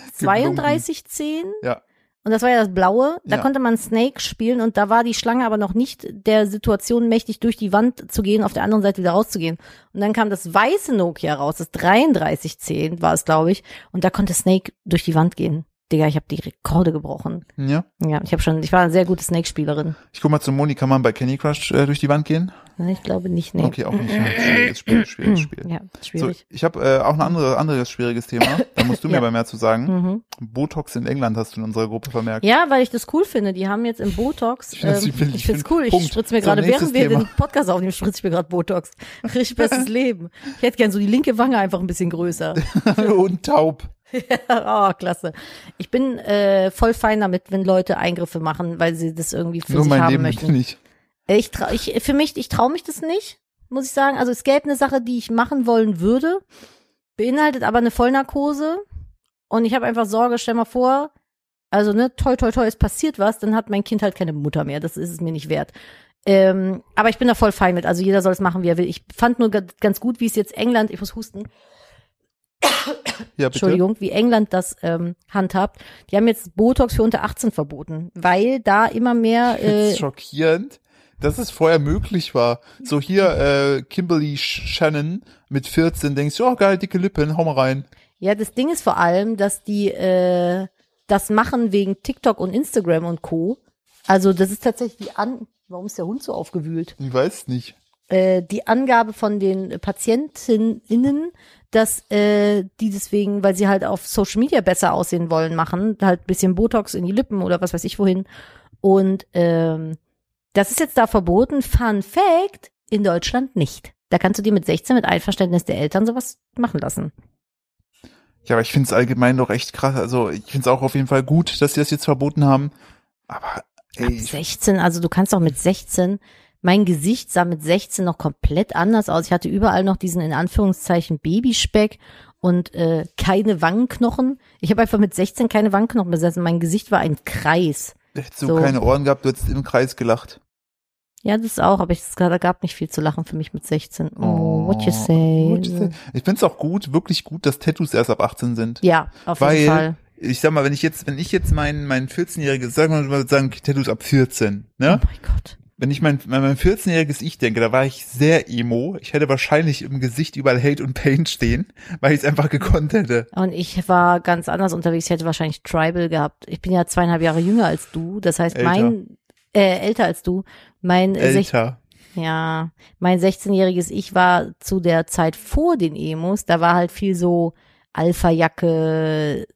S2: 3210.
S1: Ja.
S2: Und das war ja das Blaue. Da
S1: Ja.
S2: konnte man Snake spielen und da war die Schlange aber noch nicht der Situation mächtig, durch die Wand zu gehen, auf der anderen Seite wieder rauszugehen. Und dann kam das weiße Nokia raus, das 3310 war es, glaube ich. Und da konnte Snake durch die Wand gehen. Digga, ich habe die Rekorde gebrochen.
S1: Hm, Ja.
S2: Ja, ich habe schon, ich war eine sehr gute Snake-Spielerin.
S1: Ich guck mal zu Moni, kann man bei Candy Crush äh, durch die Wand gehen?
S2: Ich glaube nicht, nee.
S1: Okay, auch nicht. Ja, schwieriges Spiel,
S2: [clears throat]
S1: schwieriges Spiel.
S2: Ja,
S1: So,
S2: schwierig.
S1: ich habe äh, auch ein andere, anderes schwieriges Thema. Da
S2: [laughs]
S1: musst du mir
S2: Ja.
S1: aber mehr zu sagen.
S2: Mhm.
S1: Botox in England hast du in unserer Gruppe vermerkt.
S2: Ja, weil ich das cool finde. Die haben jetzt im Botox.
S1: Ich
S2: Ich,
S1: find's-
S2: ähm,
S1: ich find-
S2: ich find's
S1: ich
S2: cool.
S1: find-
S2: Ich
S1: Punkt.
S2: spritze mir
S1: So,
S2: gerade, während
S1: nächstes
S2: wir
S1: Thema.
S2: den Podcast aufnehmen, spritze ich mir gerade Botox. Richtig
S1: [laughs]
S2: bestes Leben. Ich hätte gern so die linke Wange einfach ein bisschen größer. [laughs]
S1: [laughs] Und taub.
S2: oh, klasse. Ich bin äh, voll fein damit, wenn Leute Eingriffe machen, weil sie das irgendwie für
S1: Nur
S2: sich
S1: mein
S2: haben
S1: Leben
S2: möchten.
S1: nicht.
S2: Ich trau, ich, für mich, ich traue mich das nicht, muss ich sagen. Also es gäbe eine Sache, die ich machen wollen würde, beinhaltet aber eine Vollnarkose. Und ich habe einfach Sorge, stell mal vor, also ne, toi toi toi, es passiert was, dann hat mein Kind halt keine Mutter mehr. Das ist es mir nicht wert. Ähm, aber ich bin da voll fein mit. Also jeder soll es machen, wie er will. Ich fand nur ga- ganz gut, wie es jetzt England, ich muss husten,
S1: Ja, bitte.
S2: Entschuldigung, wie England das ähm, handhabt. Die haben jetzt Botox für unter 18 verboten, weil da immer mehr
S1: Das
S2: äh,
S1: ist schockierend, dass es vorher möglich war. So hier äh, Kimberly Sh- Shannon mit 14 denkst du, oh geil, dicke Lippen, hau mal rein.
S2: Ja, das Ding ist vor allem, dass die äh, das machen wegen TikTok und Instagram und Co. Also das ist tatsächlich die An... Warum ist der Hund so aufgewühlt?
S1: Ich weiß nicht.
S2: Äh, die Angabe von den PatientInnen, dass äh, die deswegen, weil sie halt auf Social Media besser aussehen wollen, machen, halt ein bisschen Botox in die Lippen oder was weiß ich wohin. Und ähm, das ist jetzt da verboten. Fun Fact, in Deutschland nicht. Da kannst du dir mit 16 mit Einverständnis der Eltern sowas machen lassen.
S1: Ja, aber ich finde es allgemein doch echt krass. Also ich finde es auch auf jeden Fall gut, dass sie das jetzt verboten haben. Aber
S2: Ab
S1: ey,
S2: 16, also du kannst doch mit 16, mein Gesicht sah mit 16 noch komplett anders aus. Ich hatte überall noch diesen in Anführungszeichen Babyspeck und äh, keine Wangenknochen. Ich habe einfach mit 16 keine Wangenknochen besessen. Mein Gesicht war ein Kreis.
S1: hättest du
S2: so.
S1: keine Ohren gehabt, du hättest im Kreis gelacht.
S2: Ja, das auch, aber ich, es gab- da gab nicht viel zu lachen für mich mit 16. Oh, what you say?
S1: What you say? Ich finde es auch gut, wirklich gut, dass Tattoos erst ab 18 sind.
S2: Ja, auf
S1: Weil-
S2: jeden Fall.
S1: Ich sag mal, wenn ich jetzt, wenn ich jetzt meinen mein 14-jähriges, sagen wir mal, sagen Tattoos ab 14, ne?
S2: Oh mein Gott.
S1: Wenn ich mein, mein, mein 14-jähriges Ich denke, da war ich sehr emo. Ich hätte wahrscheinlich im Gesicht überall Hate und Pain stehen, [laughs] weil ich es einfach gekonnt hätte.
S2: Und ich war ganz anders unterwegs. Ich hätte wahrscheinlich Tribal gehabt. Ich bin ja zweieinhalb Jahre jünger als du. Das heißt,
S1: Älter.
S2: mein äh, älter als du. Mein äh, sech-
S1: Älter.
S2: ja, mein 16-jähriges Ich war zu der Zeit vor den Emos. Da war halt viel so Alpha-Jacke,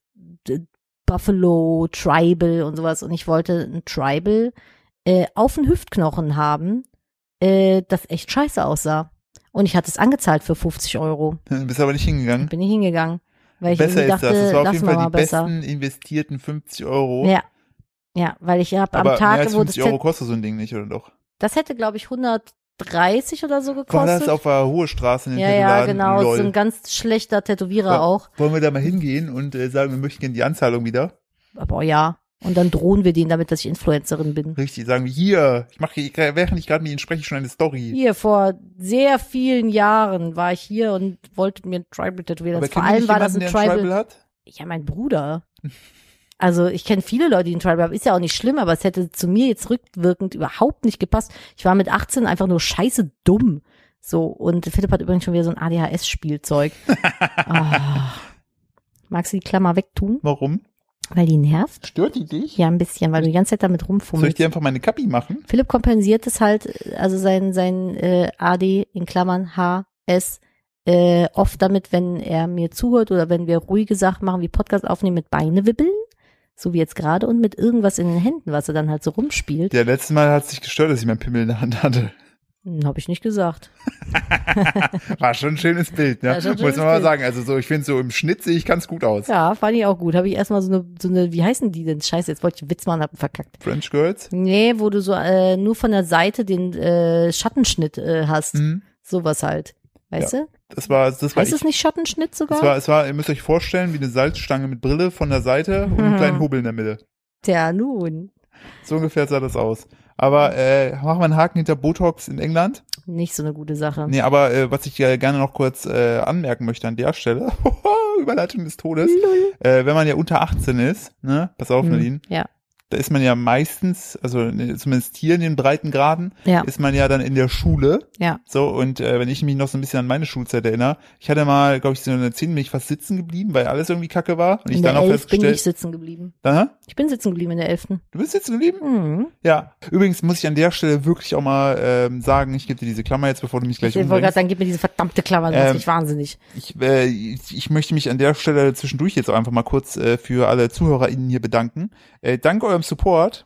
S2: d- Buffalo, Tribal und sowas. Und ich wollte ein Tribal äh, auf den Hüftknochen haben, äh, das echt scheiße aussah. Und ich hatte es angezahlt für 50 Euro.
S1: Bist aber nicht hingegangen.
S2: Bin ich hingegangen. Weil ich
S1: Besser
S2: irgendwie
S1: ist
S2: dachte,
S1: das. Das war auf
S2: lassen
S1: jeden
S2: wir
S1: Fall
S2: mal
S1: die
S2: besser.
S1: besten investierten 50 Euro.
S2: Ja. Ja, weil ich habe
S1: aber
S2: am
S1: mehr
S2: Tag,
S1: als
S2: wo das
S1: 50 Euro
S2: Tat-
S1: kostet so ein Ding nicht, oder doch?
S2: das hätte glaube ich 130 oder so
S1: War das
S2: gekostet.
S1: auf der Hohe Straße in den
S2: ja, ja,
S1: Tattoo-Laden?
S2: genau,
S1: Lol.
S2: so ein ganz schlechter Tätowierer
S1: Ja.
S2: auch.
S1: Wollen wir da mal hingehen und äh, sagen, wir möchten gerne die Anzahlung wieder?
S2: Aber ja, und dann drohen wir denen damit, dass ich Influencerin bin.
S1: Richtig, sagen wir hier. Ich mache, hier- während ich gerade mit Ihnen spreche, schon eine Story.
S2: Hier vor sehr vielen Jahren war ich hier und wollte mir ein Tribal tätowieren.
S1: aber
S2: lassen. Vor
S1: kennen wir
S2: allem
S1: nicht
S2: war das ein
S1: jemanden, der einen
S2: Tribal.
S1: Tribal hat?
S2: Ja, mein Bruder. Also ich kenne viele Leute, die ein Tribal haben. Ist ja auch nicht schlimm, aber es hätte zu mir jetzt rückwirkend überhaupt nicht gepasst. Ich war mit 18 einfach nur scheiße dumm. So, und Philipp hat übrigens schon wieder so
S1: [laughs]
S2: ein ADHS-Spielzeug. Ah. Magst du die Klammer wegtun?
S1: Warum?
S2: Weil die nervt?
S1: Stört die dich?
S2: Ja, ein bisschen, weil du die ganze Zeit damit
S1: Soll ich
S2: rumfummelst.
S1: dir einfach meine Kappi machen?
S2: Philipp kompensiert es halt, also sein, sein äh, AD in Klammern HS äh, oft damit, wenn er mir zuhört oder wenn wir ruhige Sachen machen, wie Podcast aufnehmen, mit Beine wibbeln, so wie jetzt gerade, und mit irgendwas in den Händen, was er dann halt so rumspielt.
S1: Ja, letztes Mal hat es dich gestört, dass ich meinen Pimmel in der Hand hatte.
S2: Hm, Hab ich nicht gesagt.
S1: War schon ein schönes Bild, ne?
S2: War schon ein
S1: Muss
S2: schönes
S1: man mal
S2: Bild.
S1: sagen. Also so, ich finde so im Schnitt sehe ich ganz gut aus.
S2: Ja, fand ich auch gut. Habe ich erstmal so eine, so eine, wie heißen die denn? Scheiße, jetzt wollte ich einen Witz machen, hab ihn verkackt.
S1: French Girls?
S2: Nee, wo du so äh, nur von der Seite den äh, Schattenschnitt äh, hast.
S1: Mhm.
S2: Sowas halt. Weißt du?
S1: Das war, das war
S2: Heißt
S1: ich.
S2: es nicht Schattenschnitt sogar?
S1: Es war, es war, ihr müsst euch vorstellen, wie eine Salzstange mit Brille von der Seite und einem
S2: Mhm.
S1: kleinen Hubbel in der Mitte.
S2: Tja, nun.
S1: So ungefähr sah das aus. Aber äh, machen wir einen Haken hinter Botox in England.
S2: Nicht so eine gute Sache.
S1: Nee, aber äh, was ich ja gerne noch kurz äh, anmerken möchte an der Stelle, [laughs] Überleitung des Todes,
S2: Mhm.
S1: äh, wenn man ja unter 18 ist, ne, pass auf,
S2: Hm,
S1: Nadine,
S2: Ja,
S1: da ist man ja meistens, also ne, zumindest hier in den Breitengraden,
S2: ja,
S1: ist man ja dann in der Schule.
S2: ja.
S1: So, und äh, wenn ich mich noch so ein bisschen an meine Schulzeit erinnere, ich hatte mal, glaube ich, so eine 10 bin ich fast sitzen geblieben, weil alles irgendwie kacke war. Und ich
S2: In
S1: dann
S2: der
S1: auch
S2: Elf bin ich
S1: festgestellt,
S2: sitzen geblieben.
S1: Aha,
S2: Ich bin sitzen geblieben in der Elften.
S1: du bist sitzen geblieben?
S2: Mhm.
S1: Ja. Übrigens muss ich an der Stelle wirklich auch mal ähm, sagen, ich gebe dir diese Klammer jetzt, bevor du mich
S2: Ich
S1: gleich
S2: wollte gerade
S1: umbringst.
S2: sagen, gib mir diese verdammte Klammer, das
S1: Ähm,
S2: macht mich wahnsinnig.
S1: Ich, äh, ich, ich möchte mich an der Stelle zwischendurch jetzt auch einfach mal kurz äh, für alle ZuhörerInnen hier bedanken. Äh, dank eurem Support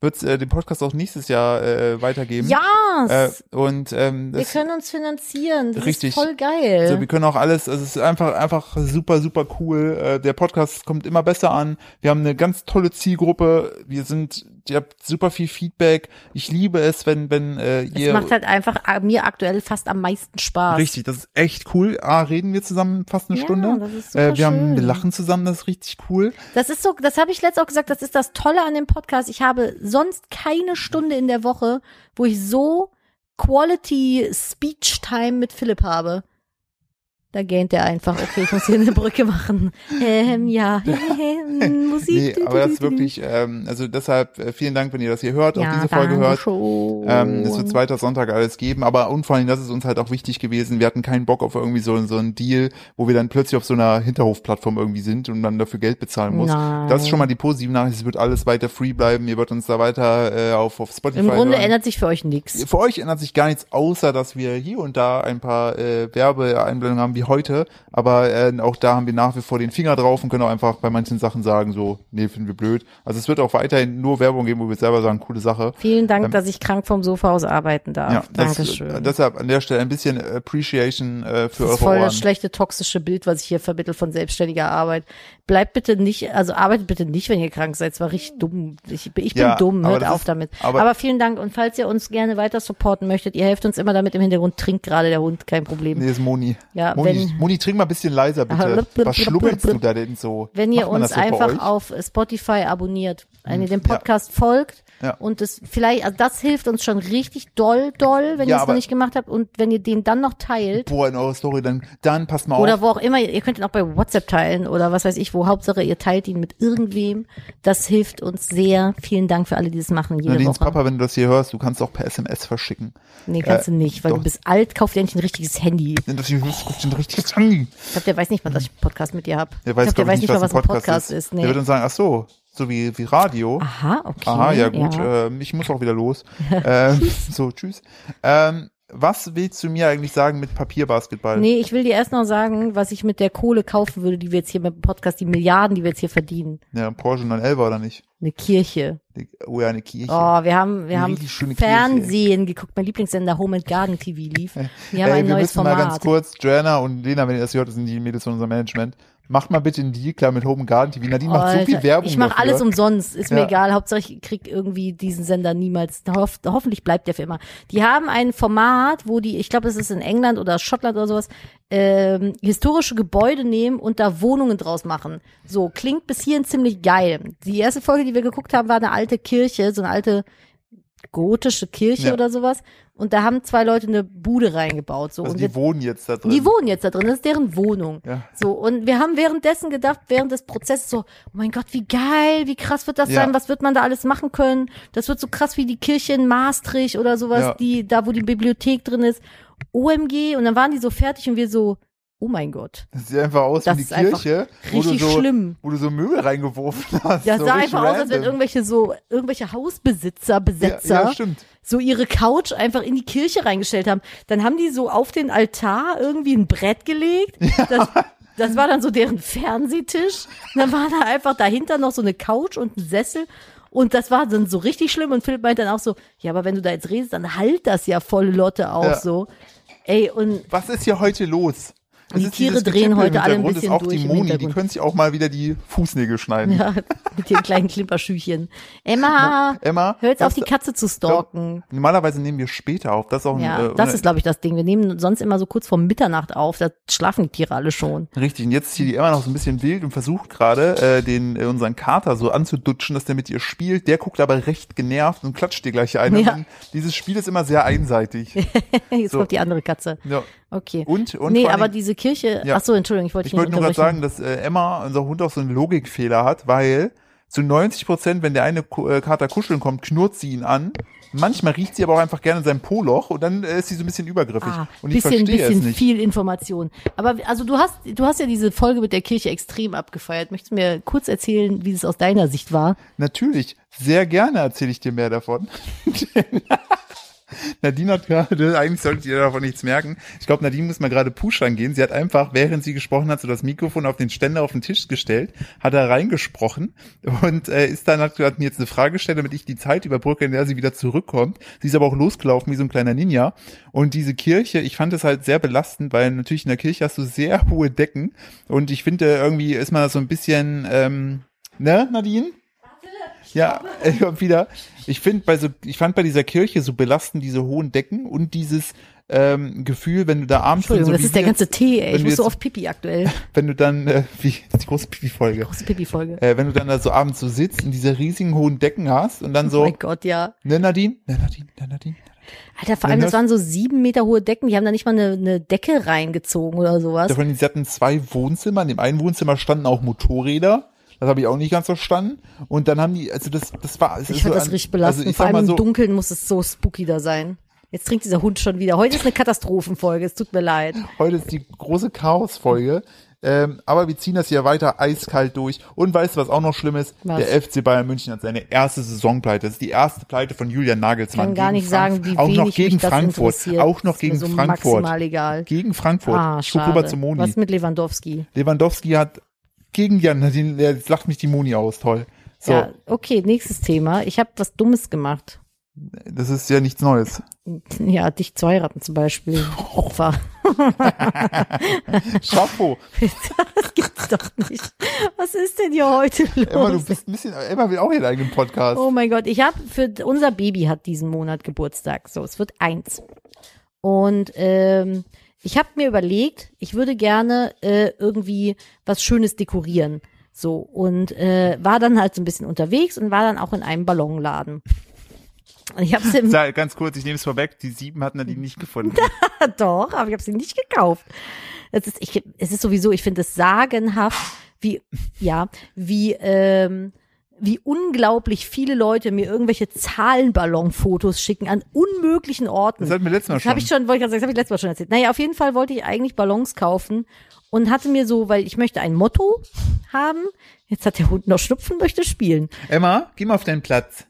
S1: wird's äh, den Podcast auch nächstes Jahr äh, weitergeben.
S2: Ja,
S1: Äh, und ähm,
S2: wir
S1: das,
S2: können uns finanzieren. Das
S1: Richtig.
S2: ist voll geil.
S1: also, wir können auch alles, also es ist einfach, einfach super, super cool. Äh, der Podcast kommt immer besser an. Wir haben eine ganz tolle Zielgruppe. Wir sind, ihr habt super viel Feedback. Ich liebe es, wenn, wenn äh,
S2: das
S1: ihr.
S2: macht halt einfach a- mir aktuell fast am meisten Spaß.
S1: Richtig, das ist echt cool. Ah, reden wir zusammen fast eine
S2: Ja,
S1: Stunde.
S2: das ist
S1: äh,
S2: super
S1: wir haben, wir
S2: schön.
S1: lachen zusammen, das ist richtig cool.
S2: Das ist so, das habe ich letztes auch gesagt, das ist das Tolle an dem Podcast. Ich habe sonst keine Stunde in der Woche, wo ich so Quality Speech Time mit Philipp habe. [laughs]
S1: [laughs]
S2: Da gähnt er einfach, okay, ich muss hier eine Brücke machen. Ähm, ja. Musik.
S1: Nee, aber das ist wirklich, ähm, also deshalb äh, vielen Dank, wenn ihr das hier hört, auch diese Folge
S2: danke
S1: hört.
S2: Schon.
S1: Ähm, es wird zweiter Sonntag alles geben, aber und vor allem, das ist uns halt auch wichtig gewesen. Wir hatten keinen Bock auf irgendwie so, so einen Deal, wo wir dann plötzlich auf so einer Hinterhofplattform irgendwie sind und dann dafür Geld bezahlen muss.
S2: Nein.
S1: Das ist schon mal die positive Nachricht. Es wird alles weiter free bleiben. Ihr wird uns da weiter äh, auf, auf Spotify.
S2: Im Grunde
S1: hören.
S2: ändert sich für euch nichts.
S1: Für euch ändert sich gar nichts, außer dass wir hier und da ein paar äh, Werbeeinblendungen haben wie heute. Aber äh, auch da haben wir nach wie vor den Finger drauf und können auch einfach bei manchen Sachen sagen, so, nee, finden wir blöd. Also es wird auch weiterhin nur Werbung geben, wo wir selber sagen, coole Sache.
S2: Vielen Dank, dass ich krank vom Sofa aus arbeiten darf.
S1: Ähm, Ja, das,
S2: Dankeschön.
S1: äh, deshalb an der Stelle ein bisschen Appreciation äh, für
S2: Das ist
S1: eure
S2: voll
S1: Ohren.
S2: das schlechte toxische Bild, was ich hier vermittle von selbstständiger Arbeit. Bleibt bitte nicht, also arbeitet bitte nicht, wenn ihr krank seid. Es war richtig dumm. Ich, ich bin
S1: Ja,
S2: dumm,
S1: aber
S2: hört
S1: das
S2: auf
S1: ist-
S2: damit. Aber,
S1: aber-
S2: vielen Dank und falls ihr uns gerne weiter supporten möchtet, ihr helft uns immer damit im Hintergrund, trinkt gerade der Hund, kein Problem.
S1: Nee, ist Moni.
S2: Ja,
S1: Moni,
S2: wenn-
S1: Moni, trink mal ein bisschen leiser, bitte.
S2: Blub, blub,
S1: Was
S2: blub,
S1: schlubbelst
S2: blub,
S1: du da denn so?
S2: Wenn ihr
S1: Macht man
S2: uns
S1: das so bei
S2: einfach
S1: euch? Hm,
S2: auf Spotify abonniert, wenn ihr dem Podcast folgt
S1: Ja.
S2: und das vielleicht, also das hilft uns schon richtig doll, doll, wenn
S1: Ja,
S2: ihr es noch
S1: aber-
S2: nicht gemacht habt und wenn ihr den dann noch teilt.
S1: Boah, in eure Story, dann, dann passt mal
S2: Oder
S1: auf.
S2: wo auch immer, ihr könnt ihn auch bei WhatsApp teilen oder was weiß ich, wo Hauptsache ihr teilt ihn mit irgendwem. Das hillt uns sehr. Vielen Dank für alle, die das machen jede
S1: Nadines
S2: Woche.
S1: Papa, wenn du das hier hörst, du kannst auch per SMS verschicken.
S2: nee, kannst du nicht, weil
S1: doch.
S2: du bist alt, kauf dir endlich ein richtiges Handy.
S1: Denn das hier ruft den richtig an.
S2: Ich glaube, der weiß nicht mal, dass ich einen Podcast mit dir hab.
S1: Der weiß,
S2: ich
S1: glaub
S2: glaub, der
S1: ich,
S2: weiß nicht mal, was ein Podcast, ist.
S1: Der wird
S2: nee.
S1: uns sagen, ach so, so wie, wie Radio.
S2: Aha, okay.
S1: Aha, ja gut, Ähm, ich muss auch wieder
S2: [laughs]
S1: los. ähm, so, tschüss. Ähm, was willst du mir eigentlich sagen mit Papierbasketball?
S2: Nee, ich will dir erst noch sagen, was ich mit der Kohle kaufen würde, die wir jetzt hier mit dem Podcast, die Milliarden, die wir jetzt hier verdienen.
S1: Ja, Porsche 911 oder nicht?
S2: Eine Kirche.
S1: Die- Oh ja, eine Kirche.
S2: Oh, wir haben, wir
S1: Eine
S2: haben
S1: richtig schöne Kirche.
S2: Fernsehen geguckt. Mein Lieblingssender Home and Garden TV lief. Wir haben
S1: Ey,
S2: ein
S1: wir
S2: neues
S1: müssen
S2: Format.
S1: mal ganz kurz, Joanna und Lena, wenn ihr das hört, das sind die Mädels von unserem Management. Macht mal bitte einen Deal klar mit Home and Garden TV. Nadine macht so
S2: Alter,
S1: viel Werbung.
S2: Ich mache
S1: dafür.
S2: alles um umsonst, ist mir
S1: Ja.
S2: egal. Hauptsache ich krieg irgendwie diesen Sender niemals. Hoff, hoffentlich bleibt der für immer. Die haben ein Format, wo die, ich glaube, es ist in England oder Schottland oder sowas, ähm, historische Gebäude nehmen und da Wohnungen draus machen. So, klingt bis hierhin ziemlich geil. Die erste Folge, die wir geguckt haben, war eine alte Kirche, so eine alte gotische Kirche
S1: Ja.
S2: oder sowas. Und da haben zwei Leute eine Bude reingebaut. So.
S1: Also
S2: und
S1: die
S2: jetzt,
S1: wohnen jetzt da drin.
S2: die wohnen jetzt da drin, das ist deren Wohnung.
S1: ja.
S2: So, und wir haben währenddessen gedacht, während des Prozesses so, oh mein Gott, wie geil, wie krass wird das
S1: Ja.
S2: sein, was wird man da alles machen können? Das wird so krass wie die Kirche in Maastricht oder sowas,
S1: Ja.
S2: die, da wo die Bibliothek drin ist. OMG, und dann waren die so fertig und wir so, oh mein Gott,
S1: Das sieht einfach aus
S2: Das
S1: wie die
S2: ist einfach
S1: Kirche, wo du,
S2: richtig
S1: so,
S2: schlimm.
S1: wo du so Müll reingeworfen [laughs] hast.
S2: Das
S1: so
S2: sah
S1: richtig
S2: einfach aus, als
S1: random.
S2: wenn irgendwelche so, irgendwelche Hausbesitzer, Besetzer,
S1: ja, ja, stimmt.
S2: so ihre Couch einfach in die Kirche reingestellt haben. Dann haben die so auf den Altar irgendwie ein Brett gelegt. Das, das war dann so deren Fernsehtisch. Und dann war da einfach dahinter noch so eine Couch und ein Sessel. Und das war dann so richtig schlimm. Und Philipp meinte dann auch so, ja, aber wenn du da jetzt redest, dann halt das ja volle Lotte auf
S1: Ja.
S2: so. Ey, und
S1: Was ist hier heute los? Es
S2: Die
S1: ist
S2: Tiere
S1: dieses
S2: drehen
S1: Getippel
S2: heute
S1: im
S2: alle ein
S1: Hintergrund,
S2: bisschen
S1: ist auch
S2: durch
S1: die
S2: im
S1: Moni, die
S2: Hintergrund.
S1: können sich auch mal wieder die Fußnägel schneiden.
S2: ja, [laughs] mit den kleinen Klimperschüchchen. Emma,
S1: Emma,
S2: hör jetzt auf,
S1: das- äh,
S2: die Katze zu stalken.
S1: Normalerweise nehmen wir später auf. Das ist auch ein,
S2: Ja,
S1: äh,
S2: das ist, glaube ich, das Ding. Wir nehmen sonst immer so kurz vor Mitternacht auf, da schlafen die Tiere alle schon.
S1: Richtig, und jetzt ist hier die Emma noch so ein bisschen wild und versucht gerade, äh, den äh, unseren Kater so anzudutschen, dass der mit ihr spielt. Der guckt aber recht genervt und klatscht dir gleich ein. Und
S2: Ja.
S1: dann, dieses Spiel ist immer sehr
S2: [laughs]
S1: einseitig.
S2: Jetzt
S1: So.
S2: kommt die andere Katze.
S1: ja.
S2: Okay.
S1: Und, und
S2: nee,
S1: vor allen
S2: aber
S1: Dingen-
S2: diese Kirche,
S1: Ja.
S2: ach so, Entschuldigung, ich wollte
S1: ich
S2: dich nicht
S1: wollte nur gerade
S2: unterbrechen.
S1: sagen, dass äh, Emma, unser Hund, auch so einen Logikfehler hat, weil zu 90 Prozent, wenn der eine Ku- äh, Kater kuscheln kommt, knurrt sie ihn an. Manchmal riecht sie aber auch einfach gerne sein Po-Loch und dann äh, ist sie so ein bisschen übergriffig.
S2: Ah,
S1: und ich
S2: bisschen,
S1: verstehe es
S2: bisschen
S1: nicht.
S2: viel Information. Aber also du hast, du hast ja diese Folge mit der Kirche extrem abgefeiert. Möchtest du mir kurz erzählen, wie es aus deiner Sicht war?
S1: Natürlich, sehr gerne erzähle ich dir mehr davon. [laughs] Nadine hat gerade, eigentlich solltet ihr davon nichts merken. Ich glaube, Nadine muss mal gerade pushern gehen. Sie hat einfach, während sie gesprochen hat, so das Mikrofon auf den Ständer auf den Tisch gestellt, hat da reingesprochen und äh, ist dann, hat, hat mir jetzt eine Frage gestellt, damit ich die Zeit überbrücke, in der sie wieder zurückkommt. Sie ist aber auch losgelaufen wie so ein kleiner Ninja. Und diese Kirche, ich fand es halt sehr belastend, weil natürlich in der Kirche hast du sehr hohe Decken und ich finde, irgendwie ist man da so ein bisschen, ähm, ne, Nadine? Ja, [laughs] ich komm wieder. Ich finde bei so, ich fand bei dieser Kirche so belastend diese hohen Decken und dieses ähm, Gefühl, wenn du da abends
S2: Entschuldigung,
S1: so
S2: das
S1: wie
S2: ist der
S1: wir-
S2: ganze Tee, ey.
S1: wenn
S2: Ich
S1: du
S2: muss so
S1: jetzt-
S2: oft Pipi aktuell.
S1: wenn du dann äh, [laughs] wie die große Pipi-Folge, [laughs]
S2: Große Pipi-Folge.
S1: äh, wenn du dann da so abends so sitzt und diese riesigen hohen Decken hast und dann
S2: Oh
S1: so,
S2: mein Gott, ja.
S1: ne Nadine, ne Nadine, ne Nadine.
S2: Alter, vor allem,
S1: Wenn
S2: das
S1: das-
S2: waren so sieben Meter hohe Decken. Die haben da nicht mal eine, eine Decke reingezogen oder sowas.
S1: Also, Davon, sie hatten zwei Wohnzimmer. In dem einen Wohnzimmer standen auch Motorräder. Das habe ich auch nicht ganz verstanden. Und dann haben die, also das, das war, es
S2: Ich
S1: ist
S2: fand
S1: so
S2: das
S1: ein-
S2: richtig belastend.
S1: Also ich
S2: Vor
S1: sag
S2: allem
S1: mal
S2: im
S1: so,
S2: Dunkeln muss es so spooky da sein. Jetzt trinkt dieser Hund schon wieder. Heute ist eine Katastrophenfolge. Es tut mir leid.
S1: heute ist die große Chaosfolge. Ähm, aber wir ziehen das hier weiter eiskalt durch. Und weißt du, was auch noch schlimm ist?
S2: Was?
S1: Der FC Bayern München hat seine erste Saisonpleite. Das ist die erste Pleite von Julian Nagelsmann.
S2: Kann gar
S1: gegen
S2: nicht sagen,
S1: Frank-
S2: wie
S1: Auch
S2: wenig
S1: noch gegen
S2: mich das
S1: Frankfurt.
S2: interessiert.
S1: Auch noch
S2: Ist mir
S1: gegen
S2: so
S1: Frankfurt.
S2: Maximal egal.
S1: Gegen Frankfurt.
S2: Ah,
S1: Ich guck rüber
S2: schade.
S1: zu Moni.
S2: Was mit Lewandowski?
S1: Lewandowski hat gegen Jan, die- jetzt lacht mich die Moni aus, toll. So,
S2: Ja, okay, nächstes Thema. Ich habe was Dummes gemacht. [laughs]
S1: das ist ja nichts Neues.
S2: Ja, dich zu heiraten zum Beispiel.
S1: [laughs]
S2: Opfer. [laughs]
S1: Chapeau.
S2: Das gibt's doch nicht. Was ist denn hier heute
S1: Emma, du
S2: los?
S1: bist ein bisschen, Emma will auch ihren eigenen Podcast.
S2: Oh mein Gott, ich habe für unser Baby hat diesen Monat Geburtstag. So, es wird eins. Und ähm, ich habe mir überlegt, ich würde gerne äh, irgendwie was Schönes dekorieren. So, und äh, war dann halt so ein bisschen unterwegs und war dann auch in einem Ballonladen. Und ich habe im
S1: Sag, ganz kurz, ich nehme es vorweg, die sieben hat Nadine nicht gefunden.
S2: [laughs] Doch, aber ich habe sie nicht gekauft. Es ist, ich, es ist sowieso, ich finde es sagenhaft, wie, ja, wie, ähm, wie unglaublich viele Leute mir irgendwelche Zahlenballonfotos schicken an unmöglichen Orten.
S1: Das hatten wir letztes Mal
S2: Das habe
S1: schon.
S2: ich schon, wollte ich gerade sagen, das habe ich letztes Mal schon erzählt. Naja, auf jeden Fall wollte ich eigentlich Ballons kaufen und hatte mir so, weil ich möchte ein Motto haben. Jetzt hat der Hund noch Schnupfen, möchte spielen.
S1: Emma, geh mal auf deinen Platz.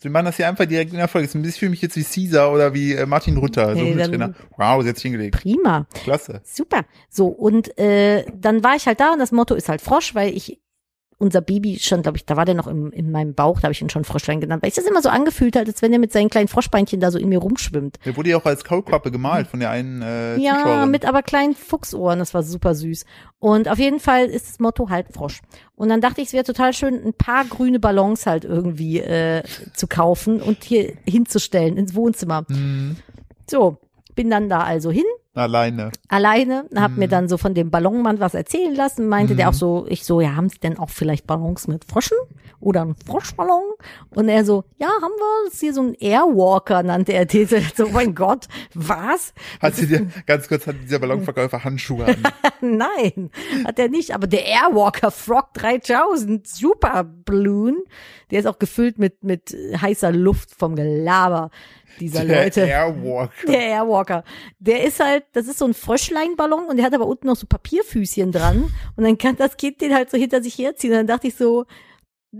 S1: Wir machen das hier einfach direkt in der Folge. Das ist ein bisschen für mich jetzt wie Caesar oder wie äh, Martin Rutter, so
S2: Nee,
S1: ein
S2: dann-
S1: Trainer. Wow, sie hat sich hingelegt.
S2: Prima.
S1: Klasse.
S2: Super. So, und äh, dann war ich halt da und das Motto ist halt Frosch, weil ich unser Baby schon, glaube ich, da war der noch im, in meinem Bauch, da habe ich ihn schon Froschlein genannt, weil ich das immer so angefühlt hat, als wenn er mit seinen kleinen Froschbeinchen da so in mir rumschwimmt.
S1: Der wurde ja auch als Kaulquappe gemalt von der einen äh,
S2: Ja,
S1: Zuschauerin.
S2: mit aber kleinen Fuchsohren, das war super süß. Und auf jeden Fall ist das Motto halt Frosch. Und dann dachte ich, es wäre total schön, ein paar grüne Ballons halt irgendwie äh, zu kaufen und hier hinzustellen ins Wohnzimmer.
S1: Hm,
S2: So, bin dann da also hin
S1: alleine.
S2: alleine, hab
S1: Mhm.
S2: mir dann so von dem Ballonmann was erzählen lassen, meinte
S1: Mhm.
S2: der auch so, ich so, ja, haben Sie denn auch vielleicht Ballons mit Froschen oder einen Froschballon? Und er so, ja, haben wir, das ist hier so ein Airwalker, nannte er den. [laughs] So, oh mein Gott, was? [laughs]
S1: Hat sie dir, ganz kurz, hat dieser Ballonverkäufer Handschuhe an.
S2: Nein, hat er nicht, aber der Airwalker Frog 3000, super Balloon, der ist auch gefüllt mit, mit heißer Luft vom Gelaber dieser Leute.
S1: Der Airwalk.
S2: Der Airwalker. Der ist halt, das ist so ein Fröschleinballon und der hat aber unten noch so Papierfüßchen dran. Und dann kann das Kind den halt so hinter sich herziehen. Und dann dachte ich so,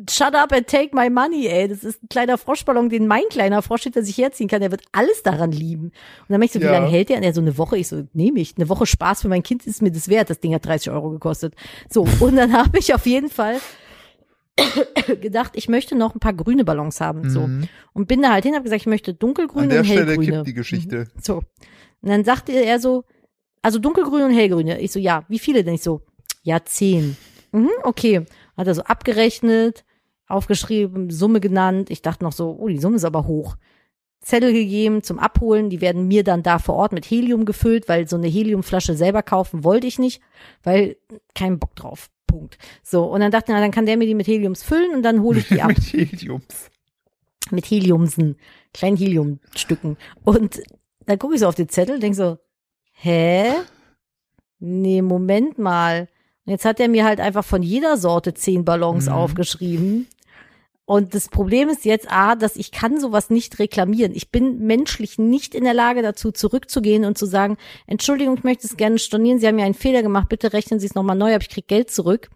S2: shut up and take my money, ey. Das ist ein kleiner Froschballon, den mein kleiner Frosch hinter sich herziehen kann. Der wird alles daran lieben. Und dann merkst du, wie
S1: Ja.
S2: lange hält der? Und er so eine Woche. Ich so, nehme ich. Eine Woche Spaß für mein Kind ist mir das wert. Das Ding hat 30 Euro gekostet. So, und dann [laughs] habe ich auf jeden Fall [coughs] gedacht, ich möchte noch ein paar grüne Ballons haben. So.
S1: Mhm.
S2: Und bin da halt hin, habe gesagt, ich möchte dunkelgrüne
S1: An der
S2: und
S1: Stelle
S2: hellgrüne. Mhm.
S1: kippt die Geschichte.
S2: So. Und dann sagte er so, also dunkelgrün und hellgrüne. Ich so, ja, wie viele denn? Ich so, ja, zehn. Mhm, okay. Hat er so abgerechnet, aufgeschrieben, Summe genannt. Ich dachte noch so, oh, die Summe ist aber hoch. Zettel gegeben zum Abholen, die werden mir dann da vor Ort mit Helium gefüllt, weil so eine Heliumflasche selber kaufen wollte ich nicht, weil kein Bock drauf. Punkt. So, und dann dachte ich, na, dann kann der mir die mit Heliums füllen und dann hole ich die ab
S1: [laughs] Mit Heliums.
S2: mit Heliumsen, kleinen Heliumstücken. Und dann gucke ich so auf den Zettel und denke so, hä? Nee, Moment mal. Und jetzt hat er mir halt einfach von jeder Sorte zehn Ballons
S1: Mhm.
S2: aufgeschrieben. Und das Problem ist jetzt A, dass ich kann sowas nicht reklamieren. Ich bin menschlich nicht in der Lage dazu, zurückzugehen und zu sagen, Entschuldigung, ich möchte es gerne stornieren, Sie haben ja einen Fehler gemacht, bitte rechnen Sie es nochmal neu, aber ich kriege Geld zurück.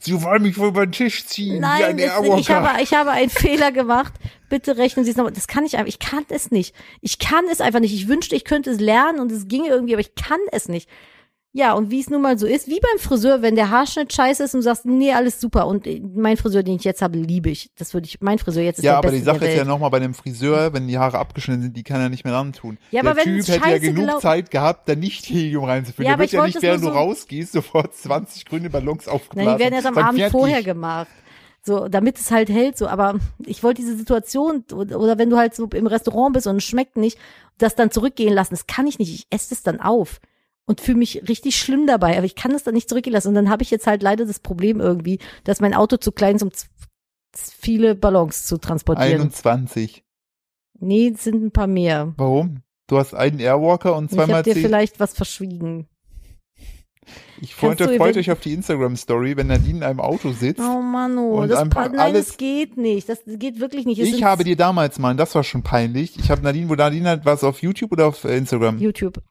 S1: Sie wollen mich wohl über den Tisch ziehen, wie
S2: Nein,
S1: ein
S2: es, ich,
S1: Airwalker.
S2: habe, ich habe einen Fehler gemacht. Bitte rechnen Sie es nochmal. Das kann ich einfach. Ich kann es nicht. Ich kann es einfach nicht. Ich wünschte, ich könnte es lernen und es ginge irgendwie, aber ich kann es nicht. Ja, und wie es nun mal so ist, wie beim Friseur, wenn der Haarschnitt scheiße ist und du sagst, nee, alles super. Und äh, mein Friseur, den ich jetzt habe, liebe ich. Das würde ich, mein Friseur jetzt ist
S1: Ja,
S2: der
S1: aber
S2: beste
S1: die Sache
S2: der
S1: ist ja
S2: Welt.
S1: nochmal bei dem Friseur, wenn die Haare abgeschnitten sind, die kann er nicht mehr dran tun.
S2: Ja,
S1: der
S2: aber wenn
S1: Typ
S2: es
S1: hätte ja
S2: scheiße
S1: genug
S2: gelau-
S1: Zeit gehabt, da nicht Helium reinzufüllen.
S2: Ja,
S1: der
S2: aber
S1: wird
S2: ich
S1: ja
S2: wollte
S1: nicht,
S2: es
S1: während du
S2: nur so-
S1: rausgehst, sofort 20 grüne Ballons aufgeblasen.
S2: Nein, die werden erst am
S1: Sag,
S2: Abend
S1: fertig.
S2: vorher gemacht. So, damit es halt hält, so, aber ich wollte diese Situation, oder oder wenn du halt so im Restaurant bist und es schmeckt nicht, das dann zurückgehen lassen, das kann ich nicht, ich esse es dann auf und fühle mich richtig schlimm dabei, aber ich kann es dann nicht zurückgehen lassen und dann habe ich jetzt halt leider das Problem irgendwie, dass mein Auto zu klein ist, um z- z- viele Ballons zu transportieren.
S1: 21.
S2: nee, es sind ein paar mehr.
S1: Warum? Du hast einen Airwalker und
S2: Ich habe
S1: zweimal
S2: dir
S1: zehn.
S2: vielleicht was verschwiegen.
S1: Ich freut,
S2: Kannst du
S1: freut
S2: event-
S1: euch auf die Instagram-Story, wenn Nadine in einem Auto sitzt.
S2: Oh Mann, oh,
S1: Und
S2: das
S1: einfach
S2: pa- nein,
S1: alles-
S2: das geht nicht. Das geht wirklich nicht. Es
S1: ich
S2: sind
S1: habe dir damals mal, und das war schon peinlich, ich habe Nadine, wo Nadine hat, war es auf YouTube oder auf äh, Instagram?
S2: YouTube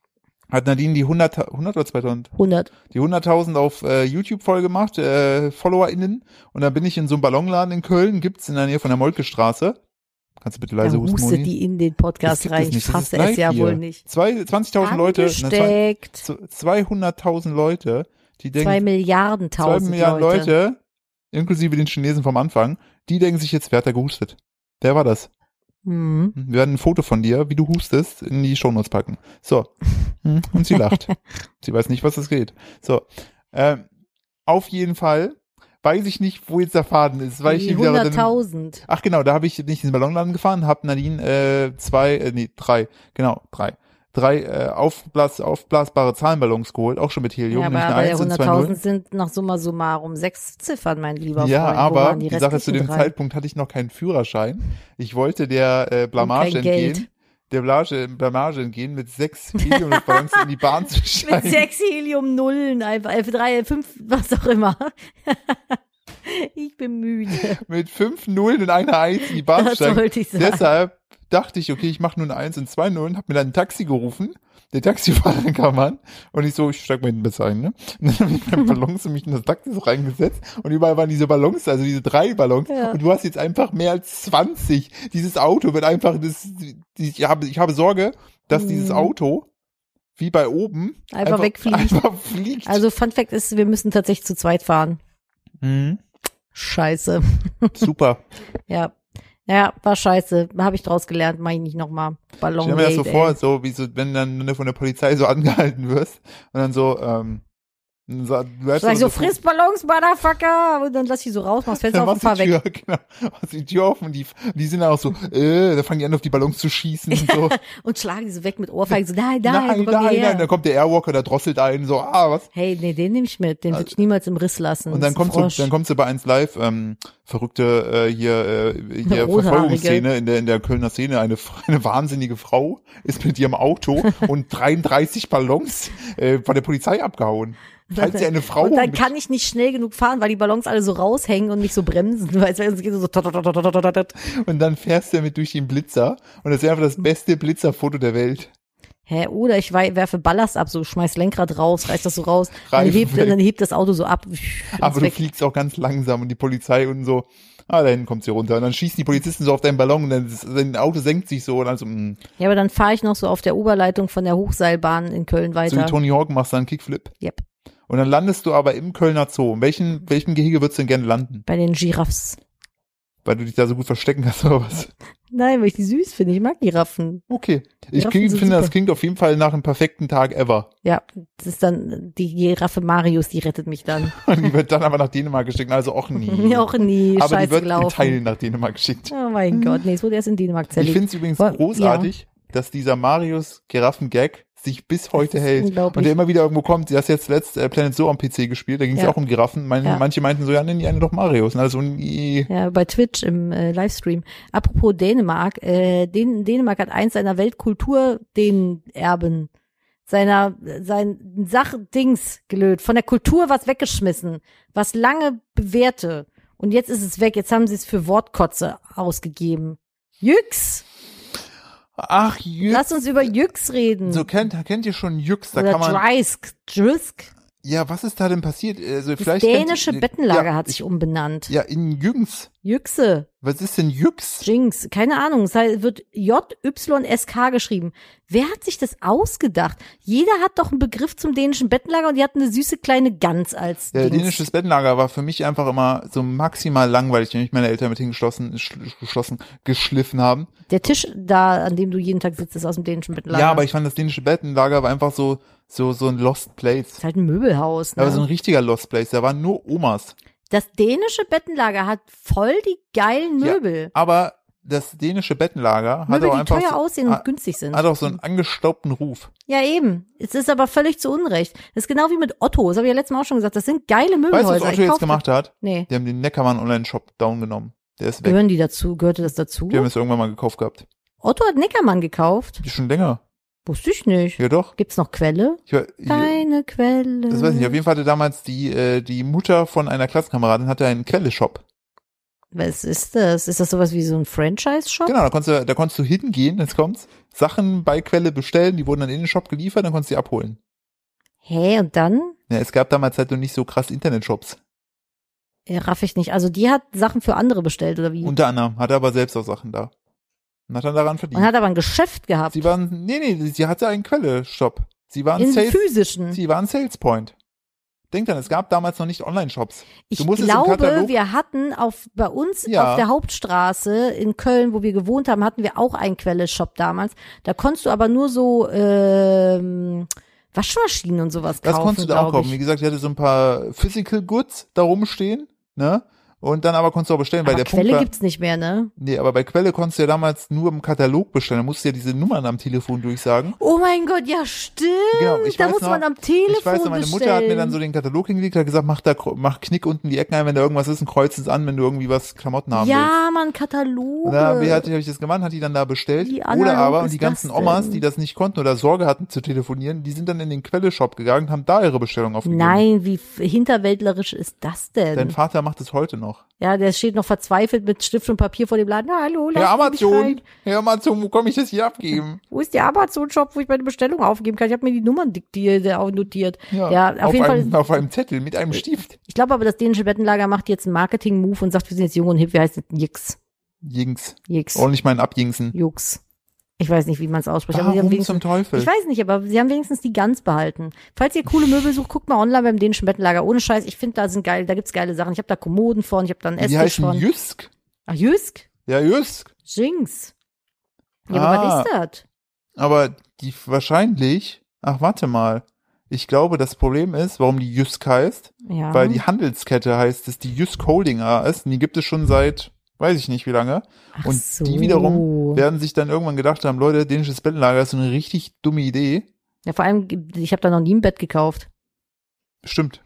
S1: Hat Nadine die 100, 100 oder 2000?
S2: 100.
S1: die 100.000 auf äh, YouTube voll gemacht, äh, FollowerInnen. Und dann bin ich in so einem Ballonladen in Köln, gibt's in der Nähe von der Moltke-Straße. Kannst du bitte leise
S2: Dann
S1: husten,
S2: huste
S1: Moni?
S2: die in den
S1: Das
S2: Podcast
S1: gibt es
S2: rein. Ich
S1: nicht, das ist
S2: fasse es
S1: live
S2: ja
S1: hier.
S2: wohl nicht.
S1: Zwei- 20.000 Leute, ne, zwei-
S2: Angesteckt.
S1: z- 200.000 Leute, die
S2: Zwei
S1: denken,
S2: Milliarden
S1: zwei
S2: tausend
S1: Milliarden Leute. inklusive den Chinesen vom Anfang, die denken sich jetzt, wer hat da gehustet? Wer war das?
S2: Mhm.
S1: Wir werden ein Foto von dir, wie du hustest, in die Shownotes packen. So. Hm, Und sie
S2: [laughs]
S1: lacht. sie weiß nicht, was es geht. So. Ähm, auf jeden Fall weiß ich nicht, wo jetzt der Faden ist, weil ich
S2: Die
S1: hier wieder. bei dem-
S2: 100.000.
S1: Ach genau, da habe ich nicht in den Ballonladen gefahren, habe Nadine äh, zwei, äh, nee, drei, genau, drei. Drei äh, aufblas, aufblasbare Zahlenballons geholt, auch schon mit Helium,
S2: Ja, aber
S1: nämlich eine
S2: bei
S1: 1
S2: der
S1: und zwei Nullen.
S2: 100.000 sind noch summa summarum sechs Ziffern, mein lieber
S1: Ja,
S2: Freund. Wo
S1: aber
S2: waren die
S1: die, Sache zu dem
S2: restlichen drei?
S1: Zeitpunkt hatte ich noch keinen Führerschein. Ich wollte der äh,
S2: Und
S1: Blamage
S2: kein
S1: entgehen.
S2: Geld.
S1: Der Blamage, Blamage entgehen, mit sechs Heliumluftballons in die Bahn zu
S2: [laughs] Mit
S1: steigen.
S2: sechs Helium-Nullen, einfach F3, F5, was auch immer. [laughs] ich bin müde.
S1: Mit, fünf Nullen und einer Eins in die Bahn zu
S2: Das
S1: steigen.
S2: wollte ich sagen.
S1: [laughs] Deshalb dachte ich, okay, ich mache nur eine Eins und zwei Nullen, hab mir dann ein Taxi gerufen. Der Taxifahrer [laughs] kam an und ich so, ich steig mal hinten besser ein, ne? [laughs] Und dann hab ich meine
S2: [laughs]
S1: Ballons und mich in das Taxi so reingesetzt und überall waren diese Ballons, also diese drei Ballons
S2: Ja.
S1: und du hast jetzt einfach mehr als 20. Dieses Auto wird einfach, das, die, ich, habe, ich habe Sorge, dass dieses
S2: Mhm.
S1: Auto, wie bei oben,
S2: Einfach
S1: [laughs]
S2: wegfliegt.
S1: Einfach fliegt.
S2: Also Fun Fact ist, wir müssen tatsächlich zu zweit fahren.
S1: Mhm.
S2: Scheiße.
S1: Super.
S2: Ja. Ja, war scheiße. Habe ich draus gelernt, mach ich nicht nochmal. Ballon.
S1: Stell mir das so
S2: Raid,
S1: vor,
S2: ey.
S1: so wie so, wenn dann wenn du von der Polizei so [laughs] angehalten wirst und dann so, ähm, so, du hast
S2: Sag ich
S1: [laughs]
S2: so, friss Ballons, Motherfucker! Und dann lass ich so raus, mach's Fenster
S1: dann
S2: auf und
S1: machst du
S2: fahr
S1: die
S2: weg.
S1: Tür, [laughs] genau, machst die Tür offen, die, die sind dann auch so, äh, da fangen die an, auf die Ballons zu schießen und
S2: [laughs]
S1: so.
S2: Und schlagen die so weg mit Ohrfeigen. So, nein, nein,
S1: nein,
S2: komm
S1: nein,
S2: her.
S1: nein, dann kommt der Airwalker, der drosselt einen, so, ah, was?
S2: Hey, nee, den nehme ich mit. Den würde ich niemals im Riss lassen.
S1: Und dann
S2: Das ist ein
S1: kommst du,
S2: Frosch.
S1: dann kommst du bei 1 Live, ähm, verrückte äh, hier, äh, hier
S2: Rothaarige.
S1: Verfolgungsszene in der, in der Kölner Szene, eine, [laughs] eine wahnsinnige Frau ist mit ihrem Auto
S2: [laughs]
S1: und 33 Ballons äh, von der Polizei abgehauen. Falls
S2: [laughs]
S1: sie eine Frau
S2: Und dann
S1: mit-
S2: kann ich nicht schnell genug fahren, weil die Ballons alle so raushängen und nicht so bremsen. [laughs] Weißt du, es geht so. tot, tot, tot, tot, tot, tot.
S1: und dann fährst du mit durch den Blitzer und das ist einfach das beste Blitzerfoto der Welt.
S2: Hä, oder ich wei- werfe Ballast ab, so schmeiß Lenkrad raus, reiß das so raus. Dann
S1: Reifen
S2: hebt,
S1: weg.
S2: dann hebt das Auto so ab.
S1: Aber
S2: ist
S1: du
S2: weg.
S1: fliegst auch ganz langsam und die Polizei und so, ah, da hinten kommt sie runter. Und dann schießen die Polizisten so auf deinen Ballon und dann ist- dein Auto senkt sich so und dann so, mm. mh,
S2: Ja, aber dann fahre ich noch so auf der Oberleitung von der Hochseilbahn in Köln
S1: so wie
S2: weiter.
S1: Tony Hawk machst du einen Kickflip.
S2: yep.
S1: Und dann landest du aber im Kölner Zoo. In welchem, welchem Gehege würdest du denn gerne landen?
S2: Bei den Giraffs.
S1: Weil du dich da so gut verstecken kannst [laughs] oder was?
S2: Nein, weil ich die süß finde. Ich mag Giraffen.
S1: Okay. Ich
S2: Giraffen
S1: kling,
S2: sind
S1: finde, das
S2: super.
S1: klingt auf jeden Fall nach einem perfekten Tag
S2: [laughs]
S1: ever.
S2: Ja, das ist dann die Giraffe Marius, die rettet
S1: [laughs]
S2: mich dann.
S1: Und die wird dann aber nach Dänemark geschickt. Also auch
S2: [laughs]
S1: nie.
S2: Mir auch nie
S1: aber
S2: scheiße
S1: die wird in
S2: gelaufen.
S1: Teilen Hm. nach Dänemark geschickt.
S2: Oh mein Gott, nee, es wurde erst in Dänemark
S1: Ich
S2: zerlegt.
S1: finde es übrigens
S2: Woll-
S1: großartig, dass dieser Marius-Giraffen-Gag sich bis heute
S2: ist
S1: hält. Und
S2: unglaublich.
S1: der immer wieder irgendwo kommt. Du hast jetzt letzt äh, Planet Zoo am PC gespielt. Da ging es
S2: Ja.
S1: auch um Giraffen. Mein,
S2: Ja.
S1: Manche meinten so, ja, nennen die eine doch Marius. Und also, nee.
S2: Ja, bei Twitch im äh, Livestream. Apropos Dänemark, äh, Dän Dänemark hat eins seiner Weltkultur den Erben seiner sein Sachdings gelöt, von der Kultur was weggeschmissen, was lange bewährte und jetzt ist es weg. Jetzt haben sie es für Wortkotze ausgegeben. Jüx,
S1: Ach, Jüx.
S2: lass uns über Jüx reden.
S1: So kennt, kennt ihr schon Jüx. Da
S2: Oder
S1: kann man.
S2: Dreisk, Drisk.
S1: Ja, was ist da denn passiert? Also
S2: Das
S1: vielleicht kennt-
S2: dänische Bettenlager
S1: ja,
S2: hat sich
S1: ich-
S2: umbenannt.
S1: Ja, in Jüngs.
S2: Jüxe.
S1: Was ist denn Jüx?
S2: Jinx, keine Ahnung, es heißt- wird J-Y-S-K geschrieben. Wer hat sich das ausgedacht? Jeder hat doch einen Begriff zum dänischen Bettenlager und die hatten eine süße kleine Gans als
S1: Ja,
S2: Dings.
S1: dänisches Bettenlager war für mich einfach immer so maximal langweilig, wenn mich meine Eltern mit hingeschlossen, sch- geschlossen, geschliffen haben.
S2: Der Tisch da, an dem du jeden Tag sitzt, ist aus dem dänischen Bettenlager.
S1: Ja, aber ich fand das dänische Bettenlager war einfach so, so, so ein Lost Place.
S2: ist halt ein Möbelhaus. Ne?
S1: Aber so ein richtiger Lost Place, da waren nur Omas.
S2: das dänische Bettenlager hat voll die geilen
S1: Ja,
S2: Möbel.
S1: Aber das dänische Bettenlager hat
S2: Möbel,
S1: auch
S2: die
S1: einfach,
S2: teuer
S1: so,
S2: aussehen
S1: Ah,
S2: und günstig sind.
S1: hat auch so einen angestaubten Ruf.
S2: ja, eben. Es ist aber völlig zu Unrecht. Das ist genau wie mit Otto. Das habe ich ja letztes Mal auch schon gesagt. Das sind geile
S1: Weißt du,
S2: Möbelhäuser.
S1: was
S2: Ich
S1: Otto jetzt
S2: kauf-
S1: gemacht hat?
S2: Nee.
S1: Die haben den Neckermann Online-Shop down genommen. Der ist weg.
S2: Gehören die dazu? Gehörte das dazu?
S1: Die haben es irgendwann mal gekauft gehabt.
S2: Otto hat Neckermann gekauft.
S1: Die schon länger.
S2: Wusste ich nicht.
S1: Ja doch.
S2: Gibt's noch Quelle?
S1: Ich, war- ich,
S2: Deine Quelle.
S1: das weiß ich nicht. Auf jeden Fall hatte damals die, äh, die Mutter von einer Klassenkameradin hatte einen Quelle-Shop.
S2: Was ist das? Ist das sowas wie so ein Franchise-Shop?
S1: Genau, da konntest du, da konntest du hingehen, jetzt kommt's, Sachen bei Quelle bestellen, die wurden dann in den Shop geliefert, dann konntest du die abholen.
S2: Hä, und dann?
S1: Ja, es gab damals halt noch nicht so krass Internetshops.
S2: Ja, raff ich nicht. Also die hat Sachen für andere bestellt, oder wie?
S1: Unter anderem, hatte aber selbst auch Sachen da. Und hat dann daran
S2: und
S1: verdient.
S2: hat aber ein Geschäft gehabt.
S1: Sie waren, nee, nee, sie hatte einen Quelle-Shop. Sie waren
S2: in
S1: Sales,
S2: physischen.
S1: sie waren Salespoint. Denk dran, es gab damals noch nicht Online-Shops.
S2: Ich
S1: musst es im
S2: glaube,
S1: Katalog-
S2: wir hatten auf bei uns
S1: Ja.
S2: auf der Hauptstraße in Köln, wo wir gewohnt haben, hatten wir auch einen Quelle-Shop damals. Da konntest du aber nur so ähm, Waschmaschinen und sowas
S1: Das
S2: kaufen.
S1: konntest du da auch
S2: glaub
S1: kaufen. Wie
S2: ich.
S1: gesagt, ich hatte so ein paar Physical Goods da rumstehen, ne? Und dann aber konntest du auch bestellen,
S2: Aber
S1: weil der Punkt
S2: Quelle
S1: war,
S2: gibt's nicht mehr, ne?
S1: Nee, aber bei Quelle konntest du ja damals nur im Katalog bestellen. Da musst du ja diese Nummern am Telefon durchsagen.
S2: Oh mein Gott, ja stimmt.
S1: Genau, ich
S2: da
S1: weiß
S2: muss
S1: noch-
S2: man am Telefon
S1: ich weiß, noch, meine
S2: bestellen.
S1: Mutter hat mir dann so den Katalog hingelegt, hat gesagt, mach da, mach Knick unten die Ecken ein, wenn da irgendwas ist und kreuz es an, wenn du irgendwie was Klamotten haben willst.
S2: ja, man Kataloge.
S1: Und dann habe ich, hab ich das gemacht, hat die dann da bestellt.
S2: Wie analog
S1: Oder aber,
S2: ist
S1: und die ganzen
S2: das denn?
S1: Omas, die das nicht konnten oder Sorge hatten zu telefonieren, die sind dann in den Quelle-Shop gegangen und haben da ihre Bestellung aufgegeben.
S2: Nein, wie f- hinterwäldlerisch ist das denn?
S1: Dein Vater macht es heute noch.
S2: ja, der steht noch verzweifelt mit Stift und Papier vor dem Laden. Na, hallo, lass
S1: Herr
S2: mich rein.
S1: Amazon, Herr Amazon, wo komme ich das hier abgeben?
S2: Wo ist der Amazon-Shop, wo ich meine Bestellung aufgeben kann? Ich habe mir die Nummern diktiert, äh, auch notiert. Ja, auf, jeden
S1: einem,
S2: Fall.
S1: Auf einem Zettel mit einem Stift.
S2: Ich glaube aber, das dänische Bettenlager macht jetzt einen Marketing-Move und sagt, wir sind jetzt jung und hip, wir heißen jetzt Jix.
S1: Jings.
S2: Jix.
S1: Ordentlich meinen Abjingsen.
S2: Jux. Ich weiß nicht, wie man es ausspricht. Aber sie haben
S1: Warum
S2: wenigstens,
S1: Ah, zum Teufel?
S2: ich weiß nicht, aber sie haben wenigstens die Gans behalten. Falls ihr coole Möbel sucht, guckt mal online beim dänischen Bettenlager. Ohne Scheiß, ich finde, da sind geil, da gibt's geile Sachen. Ich habe da Kommoden von, ich habe da einen
S1: Die
S2: Esstisch
S1: heißen
S2: von.
S1: Jysk.
S2: Ach, Jüsk?
S1: Ja, Jysk.
S2: Jinx. Ja, aber
S1: Ah.
S2: was ist das?
S1: Aber die wahrscheinlich, ach warte mal. Ich glaube, das Problem ist, warum die Jysk heißt,
S2: Ja.
S1: weil die Handelskette heißt, dass die Jysk Holding AS, und die gibt es schon seit, weiß ich nicht wie lange.
S2: Ach
S1: und
S2: so.
S1: die wiederum werden sich dann irgendwann gedacht haben, Leute, dänisches Bettenlager ist so eine richtig dumme Idee.
S2: Ja, vor allem, ich habe da noch nie ein Bett gekauft.
S1: Stimmt.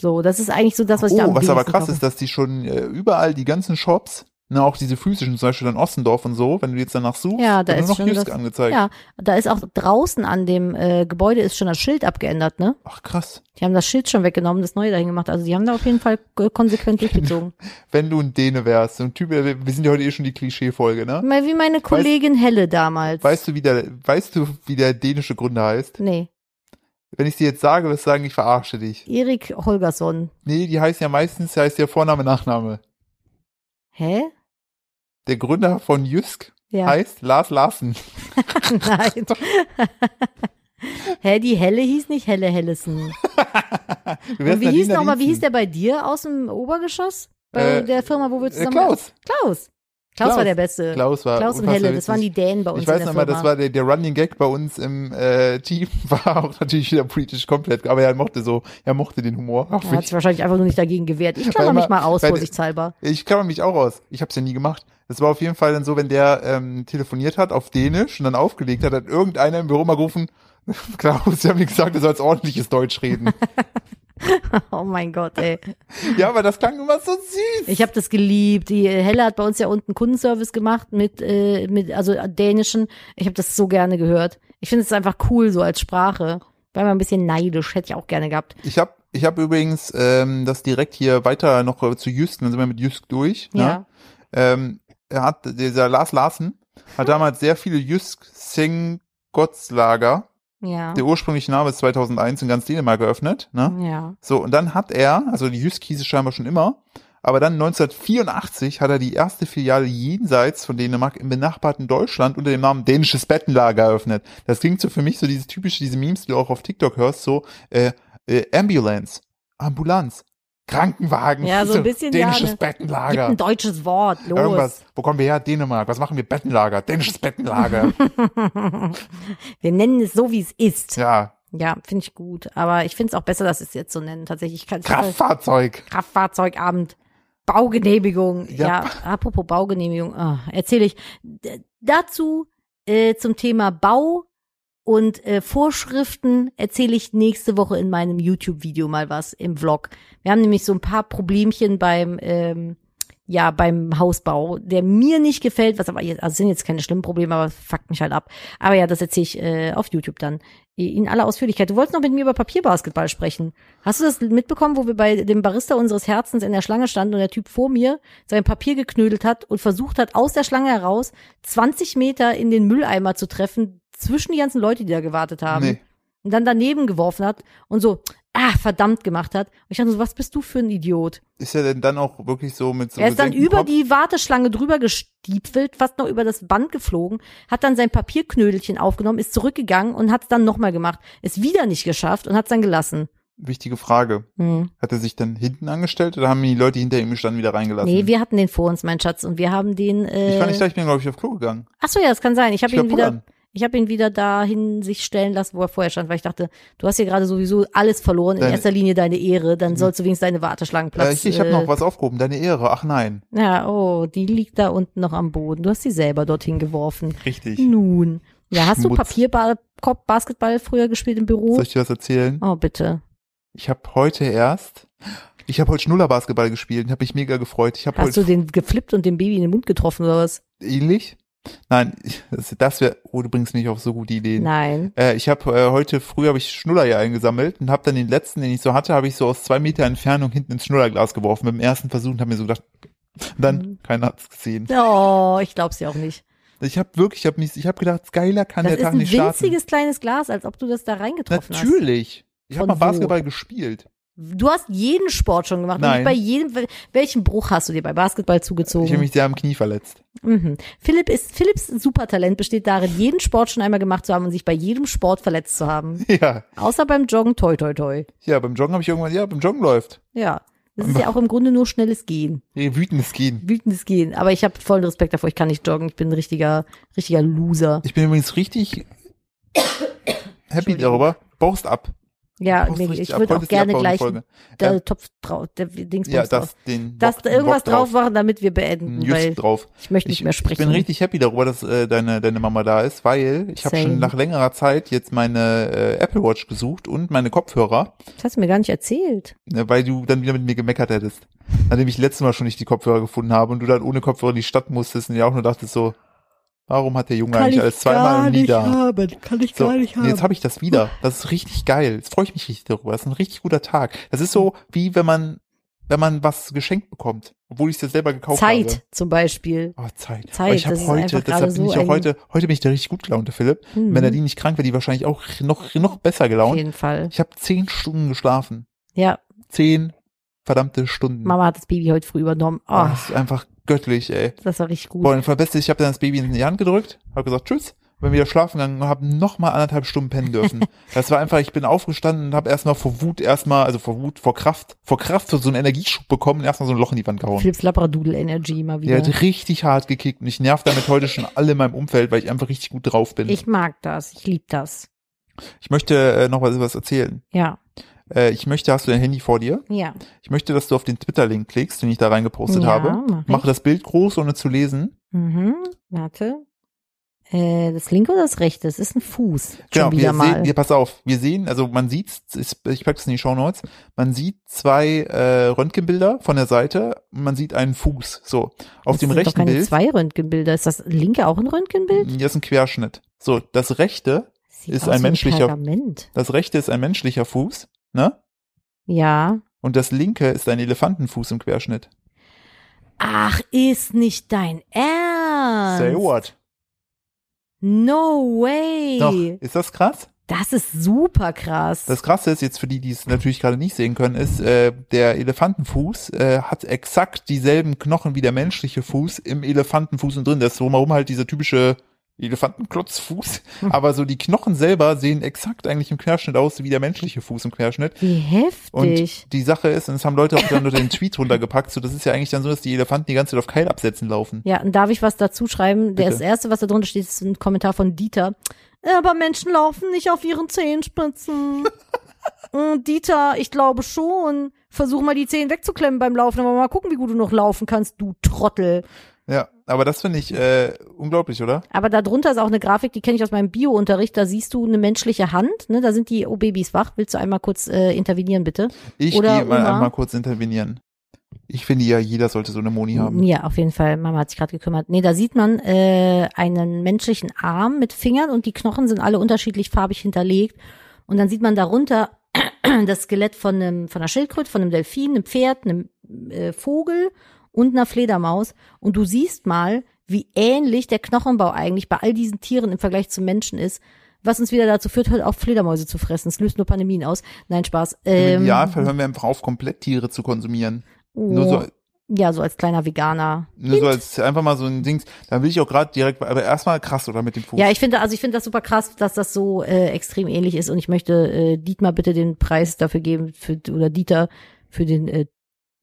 S2: So, das ist eigentlich so das, was ich da
S1: oh,
S2: am
S1: was aber
S2: wenigsten
S1: krass
S2: kaufe.
S1: ist, dass die schon äh, überall die ganzen Shops, na auch diese physischen, zum Beispiel in Ossendorf und so, wenn du jetzt danach suchst,
S2: Ja, da
S1: wird
S2: ist
S1: nur noch
S2: schon
S1: Jysk
S2: das-
S1: angezeigt.
S2: Ja, da ist auch draußen an dem äh, Gebäude ist schon das Schild abgeändert, ne?
S1: Ach krass.
S2: Die haben das Schild schon weggenommen, das neue dahin gemacht. Also die haben da auf jeden Fall äh,
S1: [laughs]
S2: konsequent durchgezogen.
S1: wenn du ein Däne wärst, so ein Typ, wir wir sind ja heute eh schon die Klischee-Folge, ne?
S2: Mal wie meine Kollegin Helle damals.
S1: Weißt du, wie der, weißt du, wie der dänische Gründer heißt?
S2: Nee,
S1: Wenn ich dir jetzt sage, wirst du sagen, ich verarsche dich.
S2: Erik Holgersson.
S1: Nee, die heißen ja meistens, heißt ja Vorname, Nachname.
S2: Hä?
S1: Der Gründer von Jysk
S2: Ja,
S1: heißt Lars Larsen.
S2: [laughs] nein. Hä, die Helle hieß nicht Helle Hellesen.
S1: Wir
S2: Und
S1: wärst
S2: wie
S1: Nadine
S2: hieß nochmal,
S1: Nadinzen.
S2: wie hieß der bei dir aus dem Obergeschoss? Bei
S1: Äh,
S2: der Firma, wo wir
S1: Äh,
S2: zusammen
S1: Klaus.
S2: Klaus. Klaus.
S1: Klaus.
S2: war der Beste.
S1: Klaus war
S2: Klaus und
S1: unfassbar
S2: Helle, das
S1: witzig.
S2: waren die Dänen bei uns
S1: Ich weiß
S2: in der
S1: noch mal,
S2: Firma.
S1: das war der, der Running Gag bei uns im äh, Team, [laughs] war auch natürlich wieder politisch komplett, aber er mochte so, er mochte den Humor. Auch
S2: er
S1: wenn
S2: Oh, hat sich wahrscheinlich einfach nur nicht dagegen gewehrt. Ich
S1: Weil
S2: klammer mich
S1: immer-
S2: mal aus,
S1: weil-
S2: vorsichtshalber.
S1: Ich klammer mich auch aus. Ich habe es ja nie gemacht. Das war auf jeden Fall dann so, wenn der ähm, telefoniert hat auf Dänisch und dann aufgelegt hat, hat irgendeiner im Büro mal gerufen, [laughs] Klaus, sie haben mir gesagt, du sollst ordentliches Deutsch
S2: [laughs]
S1: reden.
S2: Oh mein Gott, ey.
S1: ja, aber das klang immer so süß.
S2: Ich habe das geliebt. Die äh, Helle hat bei uns ja unten Kundenservice gemacht mit, äh, mit also dänischen. Ich habe das so gerne gehört. Ich finde es einfach cool so als Sprache. War mal ein bisschen neidisch, hätte ich auch gerne gehabt.
S1: Ich habe ich hab übrigens ähm, das direkt hier weiter noch äh, zu Jüsten, dann sind wir mit Jüst durch. Ne?
S2: Ja.
S1: Ähm, er hat, dieser Lars Larsen hat damals sehr viele Jysk Sing Gottslager,
S2: Ja.
S1: der ursprüngliche Name ist 2001 in ganz Dänemark geöffnet. Ne?
S2: Ja.
S1: So, und dann hat er, also die Jysk hieß es scheinbar schon immer, aber dann 1984 hat er die erste Filiale jenseits von Dänemark im benachbarten Deutschland unter dem Namen Dänisches Bettenlager eröffnet. Das klingt so für mich so dieses typische, diese Memes, die du auch auf TikTok hörst, so äh, äh, Ambulance, Ambulanz, Krankenwagen, [laughs]
S2: Ja, so ein bisschen, ja,
S1: Dänisches
S2: ne? Gibt
S1: Bettenlager.
S2: ein deutsches Wort, los.
S1: Irgendwas, wo kommen wir her? Dänemark, was machen wir? Bettenlager, Dänisches
S2: [laughs]
S1: Bettenlager.
S2: Wir nennen es so, wie es ist. Ja,
S1: ja,
S2: finde ich gut. Aber ich finde es auch besser, dass sie es jetzt so nennen. Tatsächlich kann
S1: Kraftfahrzeug.
S2: Kraftfahrzeugabend, Baugenehmigung. Ja,
S1: Ja.
S2: apropos Baugenehmigung, ah, erzähle ich D- dazu äh, zum Thema Bau und äh, Vorschriften erzähle ich nächste Woche in meinem YouTube-Video mal was im Vlog. Wir haben nämlich so ein paar Problemchen beim ähm, ja beim Hausbau, der mir nicht gefällt, was aber jetzt, also sind jetzt keine schlimmen Probleme, aber fuckt mich halt ab. Aber ja, das erzähle ich äh, auf YouTube dann. In aller Ausführlichkeit. Du wolltest noch mit mir über Papierbasketball sprechen. Hast du das mitbekommen, wo wir bei dem Barista unseres Herzens in der Schlange standen und der Typ vor mir sein Papier geknödelt hat und versucht hat, aus der Schlange heraus 20 Meter in den Mülleimer zu treffen, zwischen die ganzen Leute, die da gewartet haben.
S1: Nee.
S2: Und dann daneben geworfen hat und so, ah, verdammt gemacht hat. Und ich dachte so, was bist du für ein Idiot?
S1: Ist er denn dann auch wirklich so mit so
S2: er ist dann
S1: gesenktem
S2: über
S1: Kopf?
S2: die Warteschlange drüber gestiepelt, fast noch über das Band geflogen, hat dann sein Papierknödelchen aufgenommen, ist zurückgegangen und hat es dann nochmal gemacht. Ist wieder nicht geschafft und hat es dann gelassen.
S1: Wichtige Frage.
S2: Hm.
S1: Hat er sich dann hinten angestellt oder haben ihn die Leute hinter ihm gestanden wieder reingelassen?
S2: Nee, wir hatten den vor uns, mein Schatz, und wir haben den.
S1: ich war
S2: Äh,
S1: nicht da, ich bin, glaube ich, auf Klo gegangen.
S2: ach so, ja, das kann sein. Ich habe
S1: Ich war
S2: ihn wieder.
S1: pullern.
S2: Ich habe ihn wieder dahin sich stellen lassen, wo er vorher stand, weil ich dachte, du hast hier gerade sowieso alles verloren, in
S1: Deine-
S2: erster Linie deine Ehre, dann sollst du wenigstens deine
S1: Äh,
S2: Warteschlangenplatz.
S1: hier, ich habe
S2: äh,
S1: noch was aufgehoben, deine Ehre. Ach nein.
S2: Ja, oh, die liegt da unten noch am Boden. Du hast sie selber dorthin geworfen.
S1: Richtig.
S2: Nun. Ja, hast du
S1: Schmutz.
S2: Papierball, Kopf- Basketball früher gespielt im Büro?
S1: Soll ich dir was erzählen?
S2: Oh, bitte.
S1: Ich habe heute erst, ich habe heute Schnullerbasketball gespielt und habe mich mega gefreut. Ich habe
S2: Hast
S1: heute
S2: du den geflippt und dem Baby in den Mund getroffen oder was?
S1: ähnlich. Nein, [laughs] ich- das- das wäre, oh, du bringst mich auf so gute Ideen.
S2: Nein.
S1: Äh, ich habe äh, heute früh habe ich Schnuller hier eingesammelt und habe dann den letzten, den ich so hatte, habe ich so aus zwei Meter Entfernung hinten ins Schnullerglas geworfen. Mit dem ersten Versuch und habe mir so gedacht, und dann
S2: Mhm.
S1: keiner hat's gesehen.
S2: Oh, ich glaub's ja auch nicht.
S1: Ich habe wirklich, ich habe mich, ich habe gedacht, geiler kann
S2: Das
S1: der
S2: ist
S1: Tag
S2: ein
S1: nicht starten.
S2: winziges kleines Glas, als ob du das da reingetroffen
S1: Natürlich. Ich habe
S2: Von
S1: mal
S2: wo?
S1: Basketball gespielt.
S2: hast. Du hast jeden Sport schon gemacht.
S1: Nein.
S2: Und bei jedem, welchen Bruch hast du dir bei Basketball
S1: Ich habe
S2: zugezogen?
S1: mich sehr am Knie verletzt. [laughs]
S2: Mhm. Philipp ist, Philipps Supertalent besteht darin, jeden Sport schon einmal gemacht zu haben und sich bei jedem Sport verletzt zu haben.
S1: Ja,
S2: Außer beim Joggen, toi, toi, toi.
S1: ja, beim Joggen habe ich irgendwann, ja, beim Joggen läuft.
S2: Ja. Das ist ja auch im Grunde nur schnelles Gehen.
S1: Nee, wütendes Gehen.
S2: wütendes Gehen. Aber ich habe vollen Respekt davor. Ich kann nicht joggen. Ich bin ein richtiger, richtiger Loser.
S1: Ich bin übrigens richtig [coughs] happy
S2: Entschuldigung.
S1: darüber. Baust ab.
S2: Ja,
S1: Baust
S2: mir-
S1: richtig
S2: ich
S1: ab.
S2: würde
S1: Heute
S2: auch
S1: ist die
S2: gerne gleich
S1: Abbaufolge.
S2: da
S1: Ähm,
S2: Topf drauf, der Dings
S1: ja,
S2: drauf.
S1: das, den
S2: Dass
S1: Bock-
S2: da irgendwas
S1: Bock
S2: drauf war, damit wir beenden,
S1: Just
S2: weil
S1: drauf.
S2: ich möchte nicht mehr sprechen.
S1: ich bin richtig happy darüber, dass äh, deine, deine Mama da ist, weil ich habe
S2: Same.
S1: schon nach längerer Zeit jetzt meine äh, Apple Watch gesucht und meine Kopfhörer,
S2: das hast du mir gar nicht erzählt.
S1: äh, weil du dann wieder mit mir gemeckert hättest. Nachdem ich letztes Mal schon nicht die Kopfhörer gefunden habe und du dann ohne Kopfhörer in die Stadt musstest und ja auch nur dachtest so, warum hat der Junge eigentlich alles zweimal und nie da?
S2: haben. Kann ich
S1: So, und jetzt habe ich das wieder. Das ist richtig geil. Jetzt freue ich mich richtig darüber. Das ist ein richtig guter Tag. Das ist so, wie wenn man, wenn man was geschenkt bekommt, obwohl ich es ja selber gekauft
S2: Zeit
S1: habe.
S2: zum Beispiel.
S1: Oh, Zeit.
S2: Zeit,
S1: Aber ich habe
S2: das ist
S1: heute,
S2: einfach gerade
S1: deshalb bin
S2: so
S1: ich auch
S2: ein-
S1: heute, heute bin ich da richtig gut gelaunt, der Philipp.
S2: Hm,
S1: Wenn er die nicht krank wäre, die wahrscheinlich auch noch, noch besser
S2: auf
S1: gelaunt.
S2: jeden Fall.
S1: Ich habe zehn Stunden geschlafen.
S2: Ja,
S1: Zehn verdammte Stunden.
S2: Mama hat das Baby heute früh übernommen.
S1: Oh,
S2: Oh,
S1: das ist einfach göttlich, ey.
S2: das war richtig gut.
S1: Boah, und das Beste ist, ich habe dann das Baby in die Hand gedrückt, habe gesagt Tschüss, bin wieder schlafen gegangen und habe nochmal anderthalb Stunden pennen
S2: [laughs]
S1: dürfen. Das war einfach, ich bin aufgestanden und habe erstmal vor Wut erstmal, also vor Wut, vor Kraft, vor Kraft so einen Energieschub bekommen und erstmal so ein Loch in die Wand gehauen.
S2: Philips Labradoodle Energy mal
S1: Der
S2: wieder.
S1: hat richtig hart gekickt und ich nerv damit heute schon alle in meinem Umfeld, weil ich einfach richtig gut drauf bin. Ich,
S2: ich mag das. Ich lieb das.
S1: möchte äh, noch was, was erzählen.
S2: Ja,
S1: Äh, ich möchte, hast du dein Handy vor dir?
S2: ja.
S1: Ich möchte, dass du auf den Twitter-Link klickst, den ich da reingepostet
S2: Ja,
S1: habe.
S2: mach ich.
S1: Mache das Bild groß, ohne zu lesen.
S2: Mhm, warte. Äh, das linke oder das rechte? Es ist ein Fuß.
S1: Genau,
S2: Schon
S1: wir
S2: wieder mal.
S1: sehen, wir, pass auf, wir sehen, also man sieht, ich packe es in die Shownotes, man sieht zwei äh, Röntgenbilder von der Seite, man sieht einen Fuß, so. Auf
S2: das
S1: dem
S2: sind doch
S1: rechten
S2: keine
S1: Bild,
S2: zwei Röntgenbilder. Ist das linke auch ein Röntgenbild?
S1: hier ist ein Querschnitt. So, das rechte,
S2: Sieht
S1: Ist
S2: aus
S1: ein
S2: wie
S1: menschlicher-
S2: Pergament.
S1: das rechte ist ein menschlicher Fuß, ne?
S2: Ja.
S1: Und das linke ist ein Elefantenfuß im Querschnitt.
S2: Ach, ist nicht dein Ernst.
S1: Say what?
S2: No way.
S1: Doch, ist das krass?
S2: Das ist super krass.
S1: Das Krasse ist jetzt für die, die es natürlich gerade nicht sehen können, ist, äh, der Elefantenfuß äh, hat exakt dieselben Knochen wie der menschliche Fuß im Elefantenfuß und drin. Das ist drumherum halt dieser typische Elefantenklotzfuß. Aber so die Knochen selber sehen exakt eigentlich im Querschnitt aus wie der menschliche Fuß im Querschnitt.
S2: Wie
S1: Und
S2: heftig.
S1: die Sache ist, und das haben Leute auch dann unter den Tweet runtergepackt, so das ist ja eigentlich dann so, dass die Elefanten die ganze Zeit auf Keil absetzen laufen.
S2: ja, und darf ich was dazu schreiben? Der
S1: Bitte.
S2: Das erste, was da drunter steht, ist ein Kommentar von Dieter. Aber Menschen laufen nicht auf ihren Zehenspitzen. Mm, Dieter, ich glaube schon. Versuch mal die Zehen wegzuklemmen beim Laufen, aber mal gucken, wie gut du noch laufen kannst, du Trottel.
S1: Ja, aber das finde ich äh, unglaublich, oder?
S2: Aber darunter ist auch eine Grafik, die kenne ich aus meinem Bio-Unterricht. Da siehst du eine menschliche Hand. Ne? Da sind die oh, Babys wach. Willst du einmal kurz äh, intervenieren, bitte?
S1: Ich
S2: Oder
S1: gehe mal
S2: Oma.
S1: einmal kurz intervenieren. Ich finde ja, jeder sollte so eine Moni haben.
S2: Ja, auf jeden Fall. Mama hat sich gerade gekümmert. Nee, da sieht man äh, einen menschlichen Arm mit Fingern und die Knochen sind alle unterschiedlich farbig hinterlegt. Und dann sieht man darunter [clears throat] das Skelett von einem, von einer Schildkröte, von einem Delfin, einem Pferd, einem äh, Vogel und einer Fledermaus. Und du siehst mal, wie ähnlich der Knochenbau eigentlich bei all diesen Tieren im Vergleich zum Menschen ist. Was uns wieder dazu führt, halt auch Fledermäuse zu fressen. Es löst nur Pandemien aus. Nein, Spaß.
S1: Im
S2: Ähm,
S1: Idealfall hören wir einfach auf, komplett Tiere zu konsumieren.
S2: oh,
S1: Nur so,
S2: ja, so als kleiner Veganer.
S1: nur so als einfach mal so ein Dings. Da will ich auch gerade direkt, aber erstmal krass oder mit dem Fuß.
S2: Ja, ich finde, also ich finde das super krass, dass das so äh, extrem ähnlich ist und ich möchte äh, Dietmar bitte den Preis dafür geben für oder Dieter für den äh,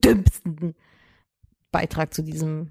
S2: dümmsten Beitrag zu diesem.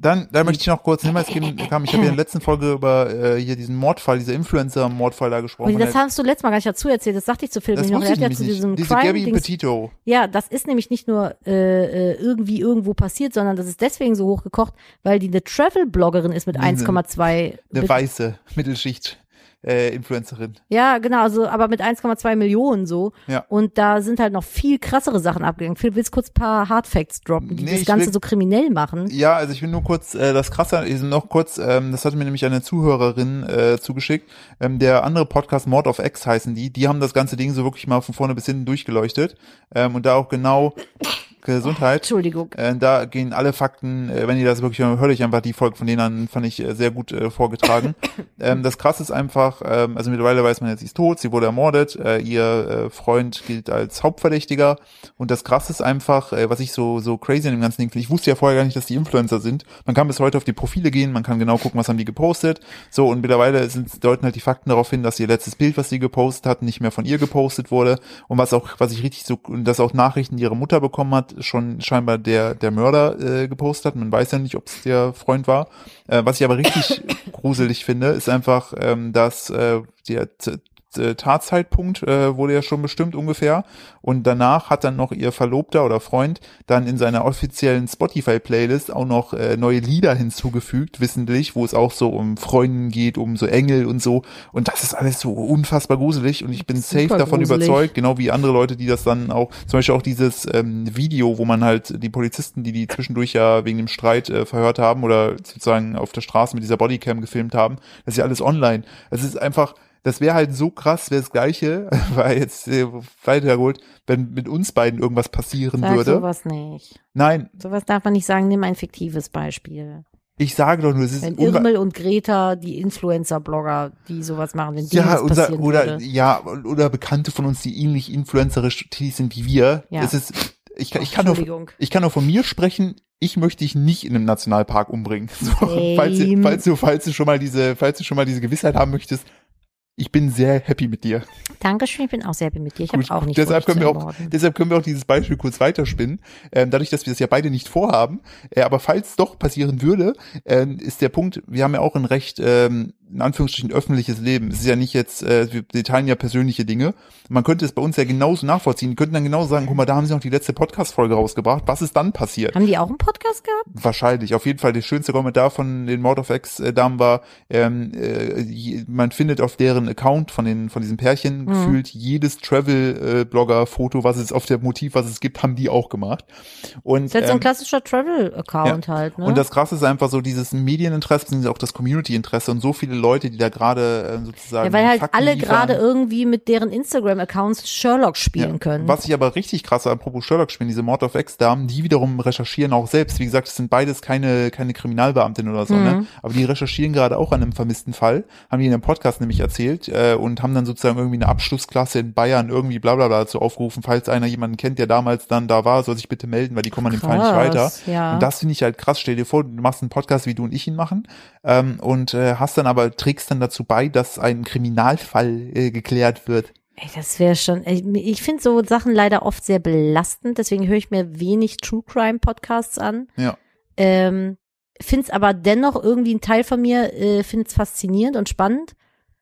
S1: Dann, dann möchte ich noch kurz einen Hinweis geben, kam, ich habe ja in der letzten Folge über äh, hier diesen Mordfall, dieser Influencer-Mordfall da gesprochen.
S2: Und das hast du letztes Mal gar nicht dazu erzählt, das sagte ich zu Philipp
S1: das
S2: nämlich noch.
S1: wusste
S2: Er
S1: ich nämlich
S2: hat ja zu
S1: nicht.
S2: diesem
S1: Diese Gabby
S2: Crime-Dings.
S1: Petito.
S2: Ja, das ist nämlich nicht nur äh, äh, irgendwie irgendwo passiert, sondern das ist deswegen so hochgekocht, weil die eine Travel-Bloggerin ist mit
S1: Eine-
S2: 1,2
S1: Eine
S2: Bit-
S1: weiße äh, Mittelschicht-Influencerin.
S2: Ja, genau, also aber mit 1,2 Millionen so.
S1: Ja.
S2: Und da sind halt noch viel krassere Sachen abgegangen. Phil, willst du kurz ein paar Hardfacts droppen, die
S1: Nee,
S2: das
S1: ich
S2: Ganze
S1: will-
S2: so kriminell machen?
S1: ja, also ich will nur kurz, äh, das Krasse ist noch kurz, ähm, das hatte mir nämlich eine Zuhörerin äh, zugeschickt, ähm, der andere Podcast Mord of X heißen die, die haben das ganze Ding so wirklich mal von vorne bis hinten durchgeleuchtet ähm, und da auch genau Gesundheit.
S2: Entschuldigung.
S1: Äh, da gehen alle Fakten, äh, wenn ihr das wirklich hören, hört euch einfach die Folge von denen an, fand ich äh, sehr gut äh, vorgetragen. ähm, das krasse ist einfach, ähm, also mittlerweile weiß man jetzt, sie ist tot, sie wurde ermordet, äh, ihr äh, Freund gilt als Hauptverdächtiger und das krasse ist einfach, äh, was ich so, so crazy an dem ganzen Ding finde, ich wusste ja vorher gar nicht, dass die Influencer sind. Man kann bis heute auf die Profile gehen, man kann genau gucken, was haben die gepostet. So, und mittlerweile sind, deuten halt die Fakten darauf hin, dass ihr letztes Bild, was sie gepostet hat, nicht mehr von ihr gepostet wurde. Und was auch, was ich richtig so, und dass auch Nachrichten, die ihre Mutter bekommen hat, schon scheinbar der, der Mörder äh, gepostet hat. Man weiß ja nicht, ob es der Freund war. Äh, was ich aber
S2: [laughs]
S1: richtig gruselig finde, ist einfach, ähm, dass äh, der T- T- Tatzeitpunkt äh, wurde ja schon bestimmt ungefähr. Und danach hat dann noch ihr Verlobter oder Freund dann in seiner offiziellen Spotify-Playlist auch noch äh, neue Lieder hinzugefügt, wissentlich, wo es auch so um Freunden geht, um so Engel und so. Und das ist alles so unfassbar gruselig und ich bin safe
S2: Super
S1: davon
S2: gruselig.
S1: überzeugt, genau wie andere Leute, die das dann auch, zum Beispiel auch dieses ähm, Video, wo man halt die Polizisten, die die zwischendurch ja wegen dem Streit äh, verhört haben oder sozusagen auf der Straße mit dieser Bodycam gefilmt haben, das ist ja alles online. Es ist einfach, das wäre halt so krass, wäre das Gleiche, [laughs] weil jetzt äh, weitergeholt, wenn mit uns beiden irgendwas passieren
S2: Sag
S1: würde.
S2: sowas nicht.
S1: Nein,
S2: Sowas darf man nicht sagen. Nimm ein fiktives Beispiel.
S1: ich sage doch nur, es ist
S2: Wenn
S1: unwahr-
S2: Irmel und Greta, die Influencer-Blogger, die sowas machen, wenn denen
S1: ja,
S2: das
S1: unser,
S2: passieren
S1: oder,
S2: würde.
S1: ja, oder Bekannte von uns, die ähnlich influencerisch tätig sind wie wir.
S2: Ja.
S1: Es ist, ich, kann- ich
S2: Ach,
S1: kann nur
S2: Entschuldigung.
S1: Ich kann nur von mir sprechen, ich möchte dich nicht in einem Nationalpark umbringen. [laughs] So,
S2: Same.
S1: falls, du, falls, du, falls du schon mal diese, falls du schon mal diese Gewissheit haben möchtest, ich bin sehr happy mit dir.
S2: Dankeschön, ich bin auch sehr happy mit dir. Ich
S1: Gut,
S2: habe auch nicht
S1: deshalb
S2: vor,
S1: können
S2: dich
S1: wir
S2: zu
S1: auch,
S2: ermorden.
S1: deshalb können wir auch dieses Beispiel kurz weiterspinnen. Ähm, dadurch, dass wir das ja beide nicht vorhaben, äh, aber falls doch passieren würde, ähm, ist der Punkt, wir haben ja auch ein recht, ähm, in Anführungsstrichen, öffentliches Leben. Es ist ja nicht jetzt, äh, wir wir teilen ja persönliche Dinge. Man könnte es bei uns ja genauso nachvollziehen, könnten dann genauso sagen, guck mal, da haben sie noch die letzte Podcast-Folge rausgebracht. Was ist dann passiert?
S2: Haben die auch einen Podcast gehabt?
S1: Wahrscheinlich. Auf jeden Fall der schönste Kommentar von den Mord of X äh, Damen war, ähm, äh, je- man findet auf deren Account von den von diesem
S2: Mhm.
S1: Pärchen gefühlt jedes Travel äh, Blogger Foto, was es auf der Motiv, was es gibt, haben die auch gemacht. Und
S2: Das ist jetzt so ein
S1: ähm,
S2: klassischer Travel-Account halt, ne?
S1: und das krasse ist einfach so dieses Medieninteresse, beziehungsweise auch das Community-Interesse und so viele Leute, die da gerade äh, sozusagen.
S2: Ja, weil halt
S1: Fakten
S2: alle
S1: liefern.
S2: gerade irgendwie mit deren Instagram-Accounts Sherlock spielen können.
S1: Was ich aber richtig krass, apropos Sherlock spielen, diese Mord of X-Damen, die wiederum recherchieren auch selbst. Wie gesagt, es sind beides keine, keine Kriminalbeamtin oder so, ne?
S2: Mhm.
S1: Aber die recherchieren gerade auch an einem vermissten Fall, haben die in einem Podcast nämlich erzählt äh, und haben dann sozusagen irgendwie eine Abschlussklasse in Bayern irgendwie bla bla bla dazu aufgerufen, falls einer jemanden kennt, der damals dann da war, soll sich bitte melden, weil die kommen an dem Fall nicht weiter.
S2: Krass, ja.
S1: Und das finde ich halt krass. Stell dir vor, du machst einen Podcast, wie du und ich ihn machen, ähm, und äh, hast dann aber, trägst dann dazu bei, dass ein Kriminalfall äh, geklärt wird.
S2: Ey, das wäre schon, ich, ich finde so Sachen leider oft sehr belastend, deswegen höre ich mir wenig True Crime Podcasts an.
S1: Ja.
S2: Ähm, finde es aber dennoch irgendwie ein Teil von mir, äh, finde es faszinierend und spannend.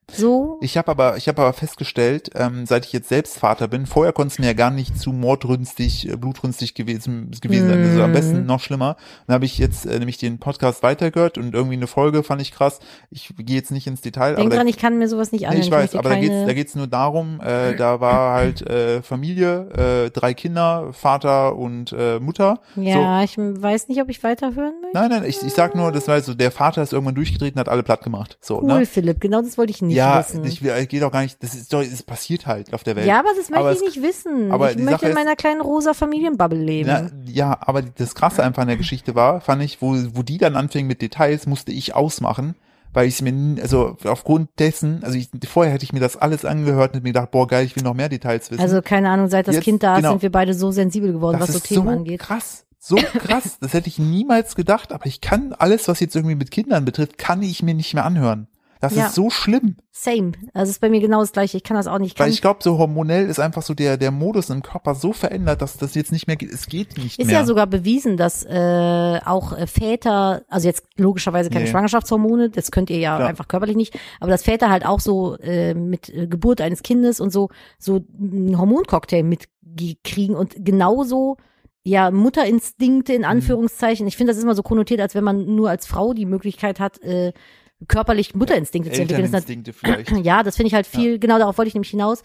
S2: So.
S1: Ich habe aber, ich habe aber festgestellt, ähm, seit ich jetzt selbst Vater bin, vorher konnte es mir ja gar nicht zu mordrünstig, äh, blutrünstig gewesen, gewesen sein. Also am
S2: Mm.
S1: besten noch schlimmer. Dann habe ich jetzt äh, nämlich den Podcast weitergehört und irgendwie eine Folge fand ich krass. Ich gehe jetzt nicht ins Detail,
S2: Denk
S1: aber da,
S2: dran, ich kann mir sowas nicht
S1: Nee,
S2: anhören.
S1: ich weiß,
S2: möchte
S1: aber da
S2: keine-
S1: geht's, da geht's nur darum, äh, da war halt äh, Familie, äh, drei Kinder, Vater und äh, Mutter.
S2: Ja, ich weiß nicht, ob ich weiterhören möchte.
S1: Nein, nein, ich, ich sag nur, das war so, der Vater ist irgendwann durchgedreht und hat alle platt gemacht. So,
S2: Cool,
S1: ne?
S2: Philipp, genau das wollte ich nicht
S1: ja,
S2: wissen.
S1: ich will, geht auch gar nicht, das ist doch, es passiert halt auf der Welt.
S2: ja, aber das möchte
S1: aber
S2: ich
S1: es-
S2: nicht wissen.
S1: aber
S2: ich
S1: die
S2: möchte
S1: Sache
S2: in
S1: ist-
S2: meiner kleinen rosa Familienbubble leben.
S1: Na, ja, aber das Krasse einfach an der Geschichte war, fand ich, wo, wo die dann anfingen mit Details, musste ich ausmachen, weil ich mir, n- also aufgrund dessen, also ich, vorher hätte ich mir das alles angehört und mir gedacht, boah geil, ich will noch mehr Details wissen.
S2: also keine Ahnung, seit das
S1: Jetzt-
S2: Kind da ist,
S1: genau.
S2: sind wir beide so sensibel geworden,
S1: das
S2: was so
S1: ist
S2: Themen
S1: so
S2: angeht.
S1: krass,
S2: [laughs]
S1: so krass, das hätte ich niemals gedacht, aber ich kann alles, was jetzt irgendwie mit Kindern betrifft, kann ich mir nicht mehr anhören. Das
S2: Ja.
S1: ist so schlimm,
S2: Same. Also ist bei mir genau das gleiche. Ich kann das auch nicht. Ich
S1: weil
S2: Kann,
S1: ich glaube, so hormonell ist einfach so der, der Modus im Körper so verändert, dass das jetzt nicht mehr geht. Es geht nicht
S2: ist
S1: mehr.
S2: ja sogar bewiesen, dass äh, auch äh, Väter, also jetzt logischerweise keine
S1: Nee.
S2: Schwangerschaftshormone, das könnt ihr ja
S1: Klar.
S2: einfach körperlich nicht, aber dass Väter halt auch so äh, mit äh, Geburt eines Kindes und so so einen Hormoncocktail mitkriegen und genauso ja Mutterinstinkte
S1: Mhm.
S2: in Anführungszeichen. Ich finde, das ist immer so konnotiert, als wenn man nur als Frau die Möglichkeit hat, äh, körperlich Mutterinstinkte zu entwickeln. Das ist nat-
S1: Elterninstinkte vielleicht.
S2: [clears throat] Ja, das finde ich halt viel, genau darauf wollte ich nämlich hinaus.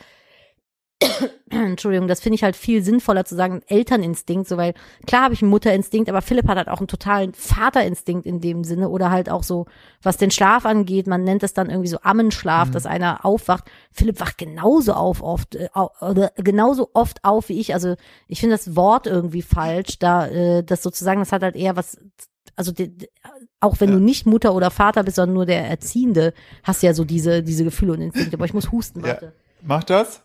S2: [coughs] Entschuldigung, das finde ich halt viel sinnvoller zu sagen, Elterninstinkt, so weil klar habe ich einen Mutterinstinkt, aber Philipp hat halt auch einen totalen Vaterinstinkt in dem Sinne oder halt auch so, was den Schlaf angeht, man nennt das dann irgendwie so Ammenschlaf, dass einer aufwacht. Philipp wacht genauso auf oft, äh, au- oder genauso oft auf wie ich. Also ich finde das Wort irgendwie falsch, da äh, das sozusagen, das hat halt eher was, also de, de, auch wenn
S1: Ja.
S2: du nicht Mutter oder Vater bist, sondern nur der Erziehende, hast du ja so diese, diese Gefühle und Instinkte. Aber ich muss husten,
S1: Ja.
S2: warte.
S1: Mach das.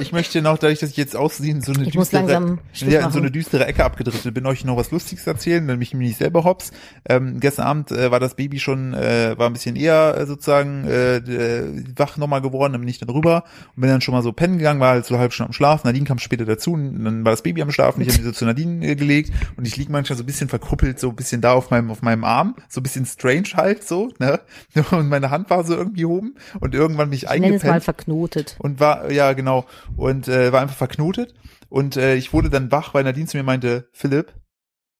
S1: Ich möchte noch, dadurch, dass ich jetzt aussehen, so eine
S2: Ich muss langsam Schluss
S1: ja, in so
S2: machen.
S1: eine düstere Ecke abgedriftet bin, euch noch was Lustiges erzählen, damit ich mich nicht selber hops. Ähm, gestern Abend äh, war das Baby schon, äh, war ein bisschen eher äh, sozusagen äh, äh, wach nochmal geworden, dann bin ich dann rüber und bin dann schon mal so pennen gegangen, war halt so halb schon am Schlafen. Nadine kam später dazu und dann war das Baby am Schlafen, ich habe mich so zu Nadine äh, gelegt und ich liege manchmal so ein bisschen verkrüppelt, so ein bisschen da auf meinem, auf meinem Arm, so ein bisschen strange halt so, ne? [laughs] Und meine Hand war so irgendwie oben und irgendwann mich
S2: Ich nenne es mal
S1: eingepennt
S2: verknotet.
S1: und war ja genau und äh, war einfach verknotet und äh, ich wurde dann wach, weil Nadine zu mir meinte, Philipp,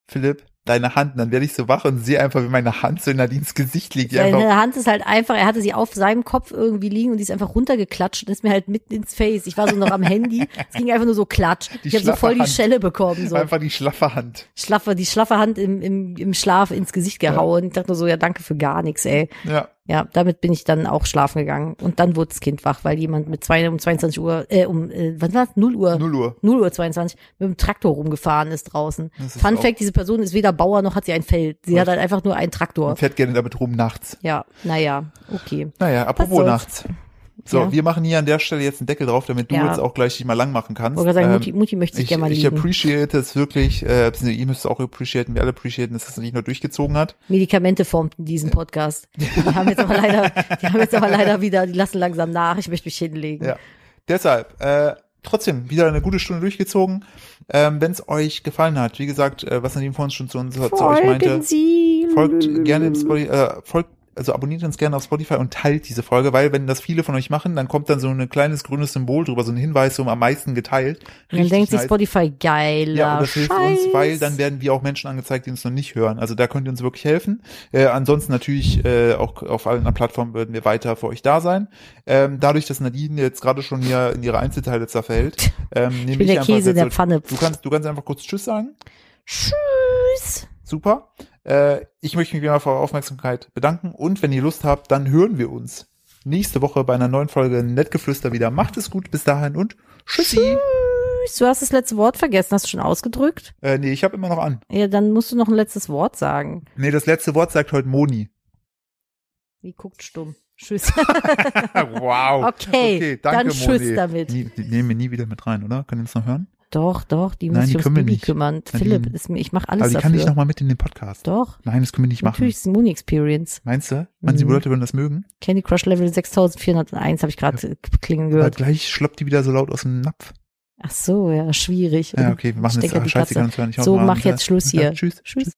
S1: Philipp, deine Hand. Und dann werde ich so wach und sehe einfach, wie meine Hand so in Nadines Gesicht liegt. Die einfach,
S2: Seine Hand ist halt einfach, er hatte sie auf seinem Kopf irgendwie liegen und die ist einfach runtergeklatscht und ist mir halt mitten ins Face. Ich war so noch
S1: [laughs]
S2: am Handy, es ging einfach nur so klatsch.
S1: Die
S2: ich habe so
S1: schlaffe
S2: voll die
S1: Hand.
S2: Schelle bekommen, so
S1: einfach die schlaffe Hand.
S2: schlaffe, die schlaffe Hand im, im, im Schlaf ins Gesicht gehauen. Ich dachte nur so, ja danke für gar nichts, ey.
S1: Ja,
S2: Ja, damit bin ich dann auch schlafen gegangen und dann wurde das Kind wach, weil jemand mit zwei, um 22 Uhr, äh, um, äh, wann war's? 0 Uhr.
S1: 0 Uhr.
S2: 0 Uhr 22 mit dem Traktor rumgefahren ist draußen.
S1: Das ist
S2: Fun
S1: auch-
S2: Fact, diese Person ist weder Bauer noch hat sie ein Feld. Sie hat halt einfach nur einen Traktor.
S1: Und fährt gerne damit rum nachts.
S2: Ja, naja, okay.
S1: Naja, apropos
S2: soll's.
S1: nachts. So,
S2: Ja.
S1: wir machen hier an der Stelle jetzt einen Deckel drauf, damit du
S2: Ja.
S1: jetzt auch gleich dich mal lang machen kannst.
S2: Wollte gerade sagen,
S1: Ähm,
S2: Mutti, Mutti möchte sich
S1: ich,
S2: gerne mal
S1: ich
S2: liegen.
S1: appreciate es wirklich, äh, beziehungsweise ihr müsst es auch appreciaten, wir alle appreciaten, dass das nicht nur durchgezogen hat.
S2: Medikamente formten diesen Podcast. Die haben jetzt aber leider, die haben jetzt aber leider wieder, die lassen langsam nach, ich möchte mich hinlegen.
S1: Ja. Deshalb, äh, trotzdem, wieder eine gute Stunde durchgezogen. Ähm, Wenn es euch gefallen hat, wie gesagt, äh, was Nadine vorhin schon zu uns zu euch meinte,
S2: Folgen Sie.
S1: folgt gerne im Spotify, äh, folgt, also abonniert uns gerne auf Spotify und teilt diese Folge, weil wenn das viele von euch machen, dann kommt dann so ein kleines grünes Symbol drüber, so ein Hinweis, so am meisten geteilt.
S2: Und dann denkt sich
S1: nice.
S2: Spotify, geiler
S1: Ja, und das
S2: Scheiß.
S1: hilft uns, weil dann werden wir auch Menschen angezeigt, die uns noch nicht hören. Also da könnt ihr uns wirklich helfen. Äh, ansonsten natürlich äh, auch auf allen Plattformen würden wir weiter für euch da sein. Ähm, dadurch, dass Nadine jetzt gerade schon hier in ihre Einzelteile zerfällt,
S2: [laughs]
S1: ähm, nehme
S2: ich bin der
S1: einfach
S2: Käse in
S1: jetzt so-
S2: der Pfanne.
S1: Du kannst, du kannst einfach kurz Tschüss sagen.
S2: Tschüss.
S1: Super. Äh, ich möchte mich wie immer für eure Aufmerksamkeit bedanken und wenn ihr Lust habt, dann hören wir uns nächste Woche bei einer neuen Folge Nettgeflüster wieder. Macht es gut, bis dahin und Tschüssi.
S2: Tschüss. Du hast das letzte Wort vergessen, hast du schon ausgedrückt?
S1: Äh, nee, ich habe immer noch an.
S2: Ja, dann musst du noch ein letztes Wort sagen.
S1: Nee, das letzte Wort sagt heute Moni.
S2: Die guckt stumm.
S1: [laughs]
S2: Tschüss.
S1: wow.
S2: Okay, dann tschüss damit.
S1: Nie, die nehmen wir nie wieder mit rein, oder? Können wir uns noch hören?
S2: Doch, doch, die muss
S1: Nein, die
S2: sich ums
S1: können wir
S2: Baby
S1: nicht.
S2: kümmern. Philipp, ist mir, ich mache alles
S1: Aber die kann ich
S2: dafür.
S1: noch mal mit in den Podcast.
S2: doch,
S1: Nein, das können wir nicht
S2: natürlich
S1: machen.
S2: ist es Moon Experience.
S1: Meinst du? Meinst du, die
S2: Mhm.
S1: Leute würden das mögen?
S2: Candy Crush Level 6401 habe ich gerade äh, klingen
S1: Aber
S2: gehört.
S1: gleich schloppt die wieder so laut aus dem Napf.
S2: Ach so, ja, schwierig.
S1: Ja, okay, wir machen jetzt.
S2: Stecker
S1: Ach,
S2: die
S1: scheiße, die
S2: Katze.
S1: kann uns hören. Ich hau
S2: So,
S1: mal
S2: mach
S1: ab. ne?
S2: jetzt
S1: [laughs]
S2: Schluss
S1: Ja,
S2: hier.
S1: Tschüss.
S2: Tschüss.